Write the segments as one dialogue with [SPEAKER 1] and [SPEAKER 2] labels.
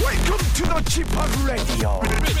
[SPEAKER 1] Welcome to the g p o p Radio. g p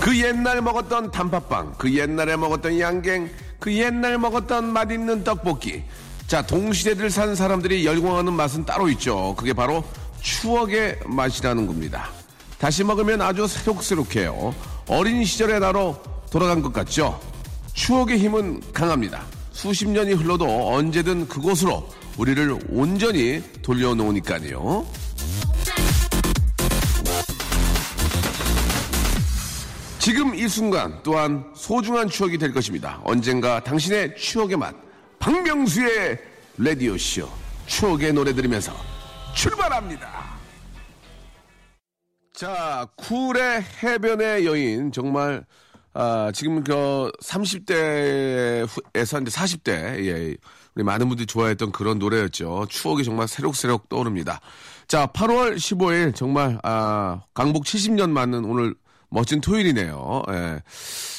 [SPEAKER 1] 그 옛날 먹었던 단팥빵, 그 옛날에 먹었던 양갱, 그 옛날 먹었던 맛있는 떡볶이. 자, 동시대를 산 사람들이 열광하는 맛은 따로 있죠. 그게 바로 추억의 맛이라는 겁니다. 다시 먹으면 아주 새록새록해요. 어린 시절의 나로 돌아간 것 같죠? 추억의 힘은 강합니다. 수십 년이 흘러도 언제든 그곳으로 우리를 온전히 돌려놓으니까요. 지금 이 순간 또한 소중한 추억이 될 것입니다. 언젠가 당신의 추억의 맛, 박명수의 라디오쇼, 추억의 노래 들으면서 출발합니다. 자, 쿨의 해변의 여인, 정말, 아, 지금 그 30대에서 이제 40대, 예, 우리 많은 분들이 좋아했던 그런 노래였죠. 추억이 정말 새록새록 떠오릅니다. 자, 8월 15일, 정말, 아, 강복 70년 맞는 오늘 멋진 토요일이네요. 예.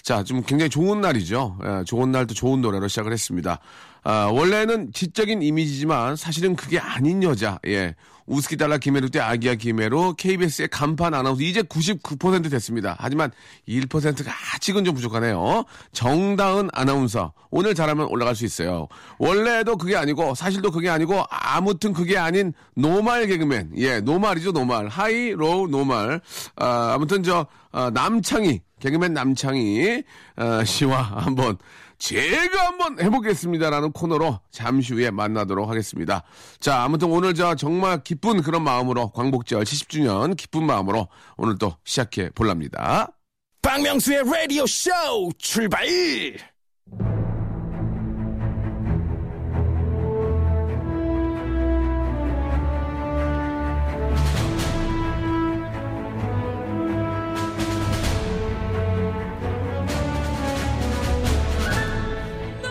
[SPEAKER 1] 자, 좀 굉장히 좋은 날이죠. 예, 좋은 날도 좋은 노래로 시작을 했습니다. 아, 원래는 지적인 이미지지만 사실은 그게 아닌 여자. 예. 우스키달라 김혜루 때 아기야 김혜루 KBS의 간판 아나운서 이제 99% 됐습니다. 하지만 1%가 아직은 좀 부족하네요. 정다은 아나운서 오늘 잘하면 올라갈 수 있어요. 원래도 그게 아니고 사실도 그게 아니고 아무튼 그게 아닌 노말 개그맨 예 노말이죠 노말 하이 로우 노말 아, 아무튼 저 아, 남창희 개그맨 남창희 어, 씨와 한번 제가 한번 해보겠습니다라는 코너로 잠시 후에 만나도록 하겠습니다. 자, 아무튼 오늘 저 정말 기쁜 그런 마음으로 광복절 70주년 기쁜 마음으로 오늘 또 시작해 볼랍니다.
[SPEAKER 2] 박명수의 라디오 쇼 출발!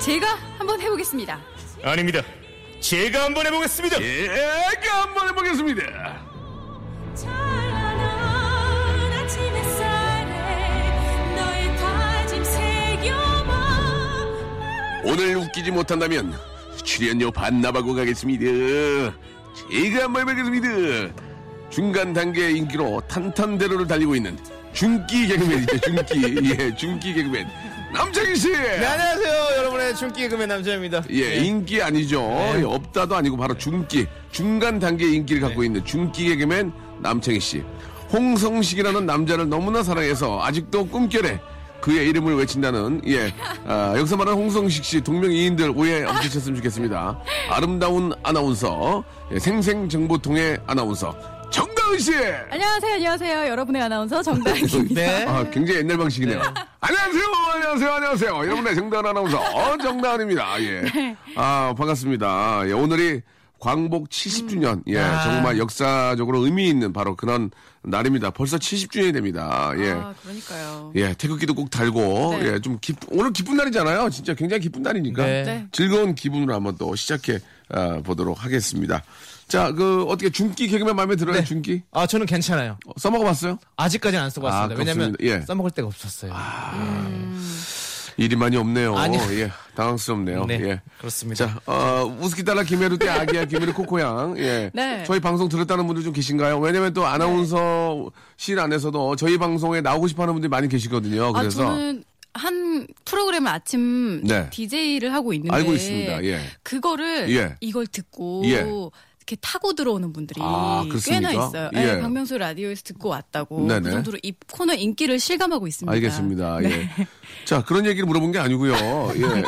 [SPEAKER 3] 제가 한번 해보겠습니다.
[SPEAKER 2] 아닙니다. 제가 한번 해보겠습니다.
[SPEAKER 1] 제가 한번 해보겠습니다.
[SPEAKER 4] 찬란한 아침 햇살에 너의 다짐 새겨봐
[SPEAKER 1] 오늘 웃기지 못한다면 출연료 반납하고 가겠습니다. 제가 한번 해보겠습니다. 중간 단계의 인기로 탄탄대로를 달리고 있는 중기 개그맨이죠. 중기 예 중기 개그맨 남창희 씨.
[SPEAKER 2] 네, 안녕하세요. 여러분의 춤기 금의 남자입니다.
[SPEAKER 1] 예, 인기 아니죠. 예, 없다도 아니고 바로 중기, 중간 단계의 인기를 갖고 있는 중기 개그맨 남창희 씨. 홍성식이라는 남자를 너무나 사랑해서 아직도 꿈결에 그의 이름을 외친다는 예 아, 여기서 말하는 홍성식 씨 동명이인들 오해 안 되셨으면 좋겠습니다. 아름다운 아나운서 예, 생생정보통의 아나운서 정다은 씨.
[SPEAKER 3] 안녕하세요, 안녕하세요. 여러분의 아나운서 정다은입니다.
[SPEAKER 2] 네.
[SPEAKER 1] 아, 굉장히 옛날 방식이네요. 안녕하세요, 안녕하세요, 안녕하세요. 여러분의 정다은 아나운서 어, 정다은입니다. 예. 아, 반갑습니다. 예, 오늘이 광복 70주년. 예, 정말 역사적으로 의미 있는 바로 그런 날입니다. 벌써 70주년이 됩니다. 예.
[SPEAKER 3] 아, 그러니까요.
[SPEAKER 1] 예, 태극기도 꼭 달고,
[SPEAKER 3] 네.
[SPEAKER 1] 예, 좀 기, 오늘 기쁜 날이잖아요. 진짜 굉장히 기쁜 날이니까.
[SPEAKER 2] 네.
[SPEAKER 3] 네.
[SPEAKER 1] 즐거운 기분으로 한번 또 시작해 아, 보도록 하겠습니다. 자, 그, 어떻게 중기 개그맨 마음에 들어요? 중기?
[SPEAKER 2] 아, 저는 괜찮아요.
[SPEAKER 1] 어, 써먹어봤어요?
[SPEAKER 2] 아직까지는 안 쓰고
[SPEAKER 1] 아,
[SPEAKER 2] 왔습니다. 왜냐면
[SPEAKER 1] 그렇습니다. 예.
[SPEAKER 2] 써먹을 데가 없었어요.
[SPEAKER 1] 일이 많이 없네요.
[SPEAKER 2] 아니요.
[SPEAKER 1] 예, 당황스럽네요.
[SPEAKER 2] 네,
[SPEAKER 1] 예.
[SPEAKER 2] 그렇습니다.
[SPEAKER 1] 자, 어, 우스키달라 김혜루 때 아기야 김혜루 코코양. 예.
[SPEAKER 3] 네.
[SPEAKER 1] 저희 방송 들었다는 분들 좀 계신가요? 왜냐면 또 아나운서
[SPEAKER 3] 네.
[SPEAKER 1] 실 안에서도 저희 방송에 나오고 싶어 하는 분들이 많이 계시거든요.
[SPEAKER 3] 아,
[SPEAKER 1] 그래서
[SPEAKER 3] 저는 한 프로그램 아침
[SPEAKER 1] 네.
[SPEAKER 3] DJ를 하고 있는데
[SPEAKER 1] 알고 있습니다. 예.
[SPEAKER 3] 그거를
[SPEAKER 1] 예.
[SPEAKER 3] 이걸 듣고
[SPEAKER 1] 예.
[SPEAKER 3] 이렇게 타고 들어오는 분들이
[SPEAKER 1] 아, 그렇습니까?
[SPEAKER 3] 꽤나 있어요.
[SPEAKER 1] 예.
[SPEAKER 3] 예, 박명수 라디오에서 듣고 왔다고
[SPEAKER 1] 네네.
[SPEAKER 3] 그 정도로 이 코너 인기를 실감하고 있습니다.
[SPEAKER 1] 알겠습니다.
[SPEAKER 3] 네.
[SPEAKER 1] 예. 자, 그런 얘기를 물어본 게 아니고요. 예.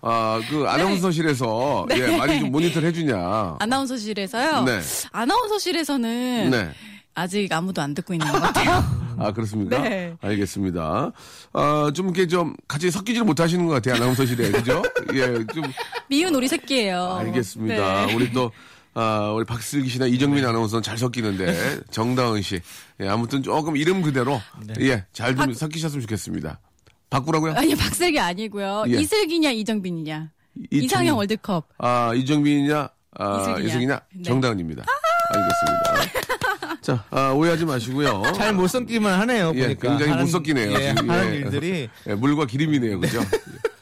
[SPEAKER 1] 아,
[SPEAKER 3] 네.
[SPEAKER 1] 그 아나운서실에서 예, 많이 좀 모니터를 해주냐. 아,
[SPEAKER 3] 아나운서실에서요.
[SPEAKER 1] 네.
[SPEAKER 3] 아나운서실에서는
[SPEAKER 1] 네.
[SPEAKER 3] 아직 아무도 안 듣고 있는 것 같아요.
[SPEAKER 1] 아 그렇습니까?
[SPEAKER 3] 네.
[SPEAKER 1] 알겠습니다. 아좀 이렇게 좀 같이 섞이지를 못하시는 것 같아요 아나운서실에 그죠? 예, 좀
[SPEAKER 3] 미운 우리 새끼예요.
[SPEAKER 1] 알겠습니다.
[SPEAKER 3] 어, 네.
[SPEAKER 1] 우리 또 아, 우리 박슬기 씨나 이정민 아나운서는 잘 섞이는데 정다은 씨. 예, 아무튼 조금 이름 그대로 예, 잘 좀 섞이셨으면 좋겠습니다. 바꾸라고요?
[SPEAKER 3] 아니 박슬기 아니고요.
[SPEAKER 1] 예.
[SPEAKER 3] 이슬기냐 이정빈이냐.
[SPEAKER 1] 이정빈.
[SPEAKER 3] 이상형 월드컵.
[SPEAKER 1] 아, 이정민이냐? 아,
[SPEAKER 3] 이슬기냐.
[SPEAKER 1] 이승이냐?
[SPEAKER 3] 네.
[SPEAKER 1] 정다은입니다. 알겠습니다. 자, 아, 오해하지 마시고요.
[SPEAKER 2] 잘 못 섞기만 하네요.
[SPEAKER 1] 예,
[SPEAKER 2] 보니까
[SPEAKER 1] 굉장히
[SPEAKER 2] 하는-
[SPEAKER 1] 못 섞이네요.
[SPEAKER 2] 예,
[SPEAKER 1] 지금.
[SPEAKER 2] 하는
[SPEAKER 1] 예.
[SPEAKER 2] 일들이
[SPEAKER 1] 예, 물과 기름이네요, 그죠?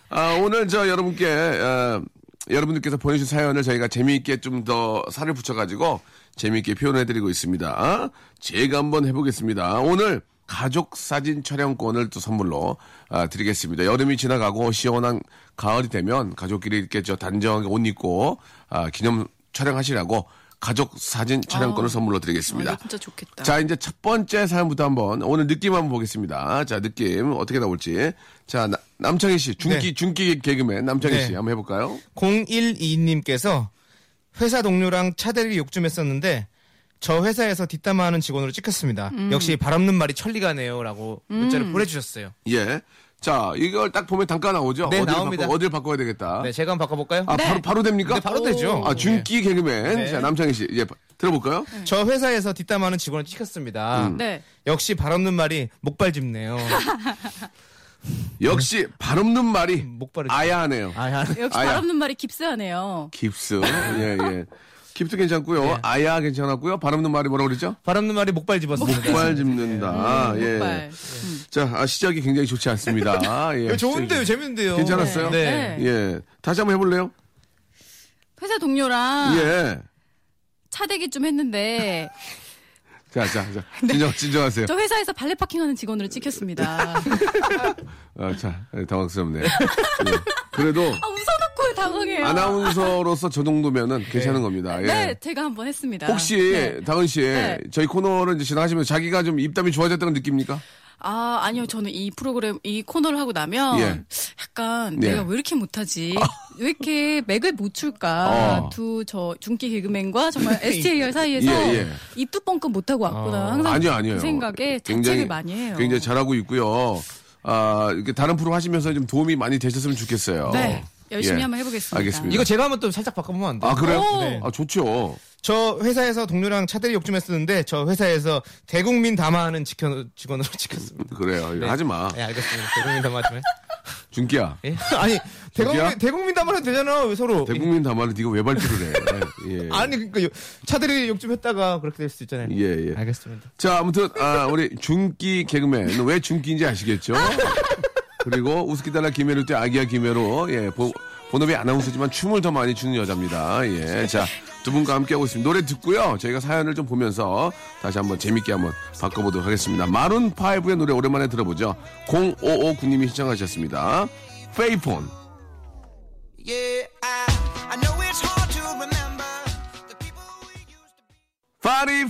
[SPEAKER 1] 아, 오늘 저 여러분께, 어, 여러분들께서 보내주신 사연을 저희가 재미있게 좀 더 살을 붙여가지고 재미있게 표현해드리고 있습니다. 아, 제가 한번 해보겠습니다. 오늘 가족 사진 촬영권을 또 선물로 아, 드리겠습니다. 여름이 지나가고 시원한 가을이 되면 가족끼리 이렇게 저 단정하게 옷 입고 아, 기념 촬영하시라고 가족 사진 촬영권을
[SPEAKER 3] 어.
[SPEAKER 1] 선물로
[SPEAKER 3] 아,
[SPEAKER 1] 드리겠습니다.
[SPEAKER 3] 이거 진짜 좋겠다.
[SPEAKER 1] 자, 이제 첫 번째 사연부터 한번 오늘 느낌 한번 보겠습니다. 자, 느낌 어떻게 나올지. 자, 나- 남창희 씨, 중기
[SPEAKER 2] 네.
[SPEAKER 1] 중기 개그맨 남창희
[SPEAKER 2] 네.
[SPEAKER 1] 씨 한번 해볼까요?
[SPEAKER 2] 012님께서 회사 동료랑 차대리 욕 좀 했었는데 저 회사에서 뒷담화하는 직원으로 찍혔습니다. 역시 바람는 말이 천리가네요라고 문자를 보내주셨어요.
[SPEAKER 1] 예. 자, 이걸 딱 보면 단가 나오죠?
[SPEAKER 2] 네,
[SPEAKER 1] 어디를
[SPEAKER 2] 나옵니다.
[SPEAKER 1] 바꿔, 어디를 바꿔야 되겠다.
[SPEAKER 2] 네, 제가 한번 바꿔볼까요?
[SPEAKER 1] 아, 바로 바로 됩니까?
[SPEAKER 2] 네, 바로 되죠.
[SPEAKER 1] 아, 중기 개그맨.
[SPEAKER 2] 네.
[SPEAKER 1] 자, 남창희 씨, 예, 바- 들어볼까요?
[SPEAKER 2] 네. 저 회사에서 뒷담화하는 직원을 찍혔습니다.
[SPEAKER 1] 음.
[SPEAKER 3] 네.
[SPEAKER 2] 역시 바람는 말이 목발 짚네요.
[SPEAKER 1] 역시 발 없는 말이
[SPEAKER 2] 네. 음, 목발이
[SPEAKER 1] 아야하네요.
[SPEAKER 2] 아, 야.
[SPEAKER 3] 역시
[SPEAKER 1] 아야.
[SPEAKER 3] 말 없는 말이 깁스하네요.
[SPEAKER 1] 깁스, 예, 예. 깁스 괜찮고요.
[SPEAKER 2] 네.
[SPEAKER 1] 아야 괜찮았고요. 발 없는 말이 뭐라고 그러죠?
[SPEAKER 2] 바람는 말이 목발 짚었습니다.
[SPEAKER 3] 네.
[SPEAKER 1] 목발 짚는다. 예.
[SPEAKER 3] 발. 네.
[SPEAKER 1] 자, 아, 시작이 굉장히 좋지 않습니다. 아, 예.
[SPEAKER 2] 이거 좋은데요, 재밌는데요.
[SPEAKER 1] 괜찮았어요?
[SPEAKER 2] 네.
[SPEAKER 3] 네.
[SPEAKER 1] 예. 다시 한번 해볼래요?
[SPEAKER 3] 회사 동료랑
[SPEAKER 1] 예.
[SPEAKER 3] 차대기 좀 했는데
[SPEAKER 1] 자, 자, 자. 진정, 진정하세요.
[SPEAKER 3] 네. 저 회사에서 발레 파킹하는 직원으로 찍혔습니다.
[SPEAKER 1] 아, 자, 예, 당황스럽네요. 예. 그래도
[SPEAKER 3] 아, 웃어놓고 당황해요.
[SPEAKER 1] 아나운서로서 저 정도면은 괜찮은 겁니다. 예.
[SPEAKER 3] 네, 제가 한번 했습니다.
[SPEAKER 1] 혹시
[SPEAKER 3] 네.
[SPEAKER 1] 다은 씨
[SPEAKER 3] 네.
[SPEAKER 1] 저희 코너를 이제 진행하시면서 자기가 좀 입담이 좋아졌다는 느낍니까?
[SPEAKER 3] 아 아니요 저는 이 프로그램 이 코너를 하고 나면
[SPEAKER 1] 예.
[SPEAKER 3] 약간
[SPEAKER 1] 예.
[SPEAKER 3] 내가 왜 이렇게 못하지 왜 이렇게 맥을 못 출까
[SPEAKER 1] 어.
[SPEAKER 3] 두 저 중기 개그맨과 정말 STAR 사이에서
[SPEAKER 1] 예, 예.
[SPEAKER 3] 입도 뻥끗 못하고 왔구나 항상
[SPEAKER 1] 아니요, 아니요.
[SPEAKER 3] 그 생각에 자책을 많이 해요.
[SPEAKER 1] 굉장히 잘하고 있고요. 아, 이렇게 다른 프로 하시면서 좀 도움이 많이 되셨으면 좋겠어요.
[SPEAKER 3] 네 열심히
[SPEAKER 1] 예.
[SPEAKER 3] 한번 해보겠습니다.
[SPEAKER 1] 알겠습니다.
[SPEAKER 2] 이거 제가 한번 또 살짝 바꿔보면 안 돼요?
[SPEAKER 1] 아, 그래요?
[SPEAKER 3] 오.
[SPEAKER 2] 네.
[SPEAKER 1] 아, 좋죠.
[SPEAKER 2] 저 회사에서 동료랑 차대리 욕 좀 했었는데 저 회사에서 대국민 담화하는 직현, 직원으로 찍혔습니다.
[SPEAKER 1] 그래요.
[SPEAKER 2] 네.
[SPEAKER 1] 하지 마.
[SPEAKER 2] 네, 알겠습니다. 대국민 담화 좀 해.
[SPEAKER 1] 준기야.
[SPEAKER 2] 예? 아니 대국민 대국민 담화를 해도 되잖아 왜 서로.
[SPEAKER 1] 대국민 담화를 네가 왜 발표를 해? 예.
[SPEAKER 2] 아니 그러니까 요- 차대리 욕 좀 했다가 그렇게 될 수 있잖아요.
[SPEAKER 1] 예, 예.
[SPEAKER 2] 알겠습니다.
[SPEAKER 1] 자, 아무튼 아, 우리 중기 개그맨 왜 중기인지 아시겠죠? 그리고 우스키달라 김혜로 때 아기야 김혜로 예, 보, 본업이 아나운서지만 춤을 더 많이 추는 여자입니다. 예, 자. 두 분과 함께하고 있습니다. 노래 듣고요. 저희가 사연을 좀 보면서 다시 한번 재밌게 한번 바꿔보도록 하겠습니다. 마룬5의 노래 오랜만에 들어보죠. 0559님이 시청하셨습니다. 페이폰.
[SPEAKER 5] Yeah, I, I know it's hard to remember the people we used to be.
[SPEAKER 1] 파리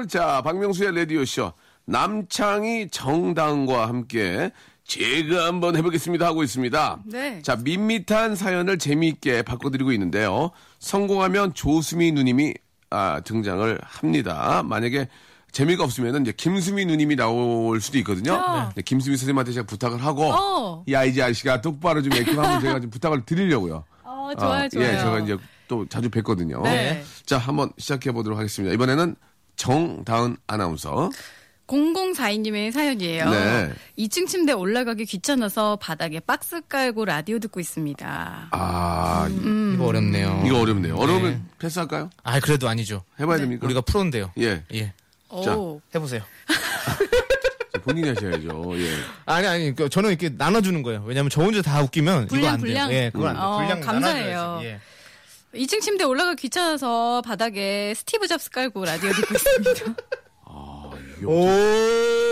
[SPEAKER 1] 피플 자 박명수의 라디오쇼 남창희 정당과 함께 제가 한번 해보겠습니다 하고 있습니다
[SPEAKER 3] 네.
[SPEAKER 1] 자 밋밋한 사연을 재미있게 바꿔드리고 있는데요 성공하면 조수미 누님이 아, 등장을 합니다 만약에 재미가 없으면 이제 김수미 누님이 나올 수도 있거든요
[SPEAKER 3] 아.
[SPEAKER 1] 네, 김수미 선생님한테 제가 부탁을 하고
[SPEAKER 3] 어.
[SPEAKER 1] 야 이제 아저씨가 똑바로 좀 액션 한번 제가 좀 부탁을 드리려고요
[SPEAKER 3] 어, 좋아요
[SPEAKER 1] 아,
[SPEAKER 3] 좋아요.
[SPEAKER 1] 예, 제가 이제 또 자주 뵀거든요.
[SPEAKER 3] 네.
[SPEAKER 1] 자, 한번 시작해 보도록 하겠습니다. 이번에는 정다은 아나운서.
[SPEAKER 3] 0042님의 사연이에요.
[SPEAKER 1] 네.
[SPEAKER 3] 2층 침대 올라가기 귀찮아서 바닥에 박스 깔고 라디오 듣고 있습니다.
[SPEAKER 1] 아,
[SPEAKER 3] 음.
[SPEAKER 2] 이거 어렵네요.
[SPEAKER 1] 이거 어렵네요. 어려우면 패스할까요?
[SPEAKER 2] 아 그래도 아니죠.
[SPEAKER 3] 네.
[SPEAKER 1] 해봐야 됩니까?
[SPEAKER 2] 우리가 프로인데요.
[SPEAKER 1] 예,
[SPEAKER 2] 그러니까. 예.
[SPEAKER 1] 자.
[SPEAKER 3] 오.
[SPEAKER 2] 해보세요.
[SPEAKER 1] 자, 본인이 하셔야죠. 예.
[SPEAKER 2] 아니 아니 그 저는 이렇게 나눠주는 거예요. 왜냐면 저 혼자 다 웃기면 이거
[SPEAKER 3] 분량,
[SPEAKER 2] 안 돼요.
[SPEAKER 3] 분량?
[SPEAKER 2] 예, 그건 안 돼요.
[SPEAKER 3] 어,
[SPEAKER 2] 분량
[SPEAKER 3] 감사해요.
[SPEAKER 2] 나눠줘야지. 예.
[SPEAKER 3] 2층 침대 올라가 귀찮아서 바닥에 스티브 잡스 깔고 라디오 듣고 있습니다.
[SPEAKER 1] 아,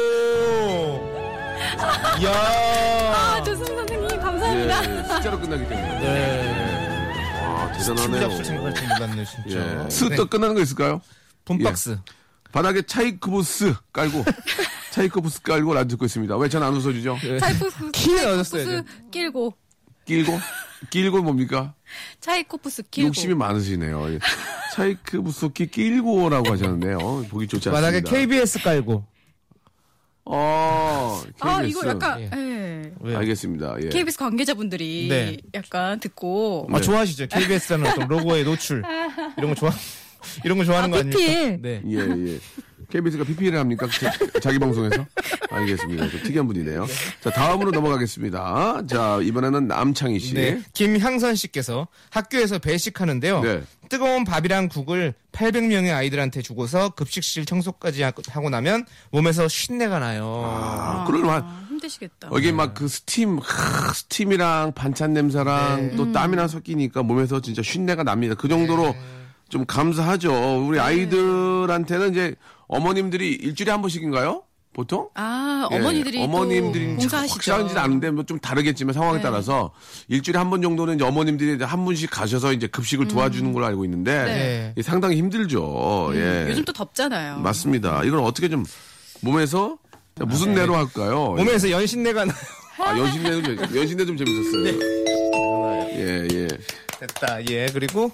[SPEAKER 2] 오. 야.
[SPEAKER 3] 아, 조승 선생님
[SPEAKER 1] 예,
[SPEAKER 3] 감사합니다.
[SPEAKER 1] 숫자로 끝나기 때문에.
[SPEAKER 2] 네.
[SPEAKER 1] 와,
[SPEAKER 2] 팀
[SPEAKER 1] 대단하네요.
[SPEAKER 2] 잡수 생각할 줄 몰랐네 진짜.
[SPEAKER 1] 예. 스떡 끝나는 거 있을까요?
[SPEAKER 2] 돈박스.
[SPEAKER 1] 예. 바닥에 차이크보스 깔고, 차이크보스 깔고 라디오 듣고 있습니다. 왜 전 안 웃어주죠?
[SPEAKER 2] 네.
[SPEAKER 3] 차이코프스
[SPEAKER 2] 키는 얻었어야죠.
[SPEAKER 3] 끼고
[SPEAKER 1] 길고? 길고 뭡니까?
[SPEAKER 3] 차이코프스 끼고
[SPEAKER 1] 욕심이 많으시네요. 예. 차이크 부스키 끼일고라고 하셨는데요. 보기
[SPEAKER 2] 예,
[SPEAKER 1] 좋지 않습니다.
[SPEAKER 2] 바닥에 KBS 깔고.
[SPEAKER 1] 어,
[SPEAKER 3] 아
[SPEAKER 1] KBS.
[SPEAKER 3] 이거 약간 예.
[SPEAKER 2] 왜요?
[SPEAKER 1] 알겠습니다. 예.
[SPEAKER 3] KBS 관계자분들이
[SPEAKER 2] 네.
[SPEAKER 3] 약간 듣고
[SPEAKER 2] 아
[SPEAKER 1] 네.
[SPEAKER 2] 좋아하시죠? KBS라는 어떤 로고의 노출 이런 거 좋아 이런 거 좋아하는
[SPEAKER 3] 아,
[SPEAKER 2] 거 아닙니까?
[SPEAKER 3] PPL.
[SPEAKER 2] 네.
[SPEAKER 1] 예, 예. KBS가 PP를 합니까? 자- 자기 방송에서? 알겠습니다. 좀 특이한 분이네요. 자, 다음으로 넘어가겠습니다. 자, 이번에는 남창희 씨.
[SPEAKER 2] 네. 김향선 씨께서 학교에서 배식하는데요.
[SPEAKER 1] 네.
[SPEAKER 2] 뜨거운 밥이랑 국을 800명의 아이들한테 주고서 급식실 청소까지 하- 하고 나면 몸에서 쉰내가 나요.
[SPEAKER 1] 아, 그럴만.
[SPEAKER 3] 힘드시겠다.
[SPEAKER 1] 여기 막 그 스팀, 크, 스팀이랑 반찬 냄새랑
[SPEAKER 3] 네. 음.
[SPEAKER 1] 또 땀이랑 섞이니까 몸에서 진짜 쉰내가 납니다. 그 정도로
[SPEAKER 3] 네.
[SPEAKER 1] 좀 감사하죠. 우리 아이들한테는 이제 어머님들이 일주일에 한 번씩인가요? 보통?
[SPEAKER 3] 아
[SPEAKER 1] 예,
[SPEAKER 3] 어머니들이
[SPEAKER 1] 어머님들이
[SPEAKER 3] 또
[SPEAKER 1] 이제
[SPEAKER 3] 봉사하시죠.
[SPEAKER 1] 확실한지는 아는데 뭐 좀 다르겠지만 상황에
[SPEAKER 3] 네.
[SPEAKER 1] 따라서 일주일에 한 번 정도는 이제 어머님들이 이제 한 분씩 가셔서 이제
[SPEAKER 3] 음.
[SPEAKER 1] 급식을 도와주는 걸로 알고 있는데
[SPEAKER 2] 네.
[SPEAKER 1] 이게 상당히 힘들죠. 예.
[SPEAKER 3] 음, 요즘 또 덥잖아요.
[SPEAKER 1] 맞습니다. 이걸 어떻게 좀 몸에서 자,
[SPEAKER 3] 아,
[SPEAKER 1] 무슨
[SPEAKER 3] 네.
[SPEAKER 1] 내로 할까요?
[SPEAKER 2] 몸에서 연신내가 나요.
[SPEAKER 1] 아, 연신내 연신내 좀 재밌었어요. 예, 예.
[SPEAKER 2] 됐다. 예. 그리고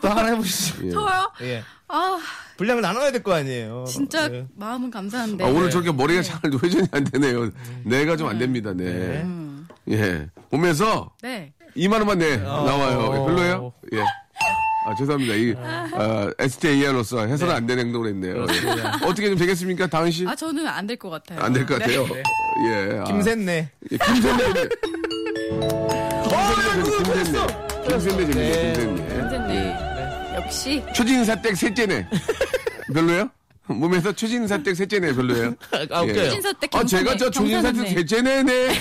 [SPEAKER 2] 또 하나 해보시죠.
[SPEAKER 1] 음. 예.
[SPEAKER 3] 더워요?
[SPEAKER 2] 예.
[SPEAKER 3] 아
[SPEAKER 2] 분량을 나눠야 될 거 아니에요.
[SPEAKER 3] 진짜
[SPEAKER 2] 예.
[SPEAKER 3] 마음은 감사한데.
[SPEAKER 1] 아, 오늘 저렇게 머리가 잘 회전이 안 되네요. 내가 좀 안 됩니다. 네. 예. 몸에서
[SPEAKER 3] 네.
[SPEAKER 1] 2만 원만 내 나와요. 별로예요? 예. 아 죄송합니다. 이 아, STA로서 해서는 안 되는 행동을 했네요. 예. 어떻게 좀 되겠습니까, 다은 씨?
[SPEAKER 3] 아 저는 안 될 것 같아요.
[SPEAKER 1] 안 될 것
[SPEAKER 3] 네.
[SPEAKER 1] 같아요. 예. 아.
[SPEAKER 2] 김샌네.
[SPEAKER 1] 예, 김샌네. 김샌네. 김샌네 재밌네. 김샌네.
[SPEAKER 3] 선생님 역시
[SPEAKER 1] 초진사댁 셋째네. 별로예요? 몸에서 초진사댁 셋째네 별로예요?
[SPEAKER 2] 아, 웃겨요.
[SPEAKER 1] 예.
[SPEAKER 3] 초진사댁
[SPEAKER 1] 아,
[SPEAKER 3] 경사네,
[SPEAKER 1] 제가 저 초진사댁
[SPEAKER 3] 경사네.
[SPEAKER 1] 셋째네네.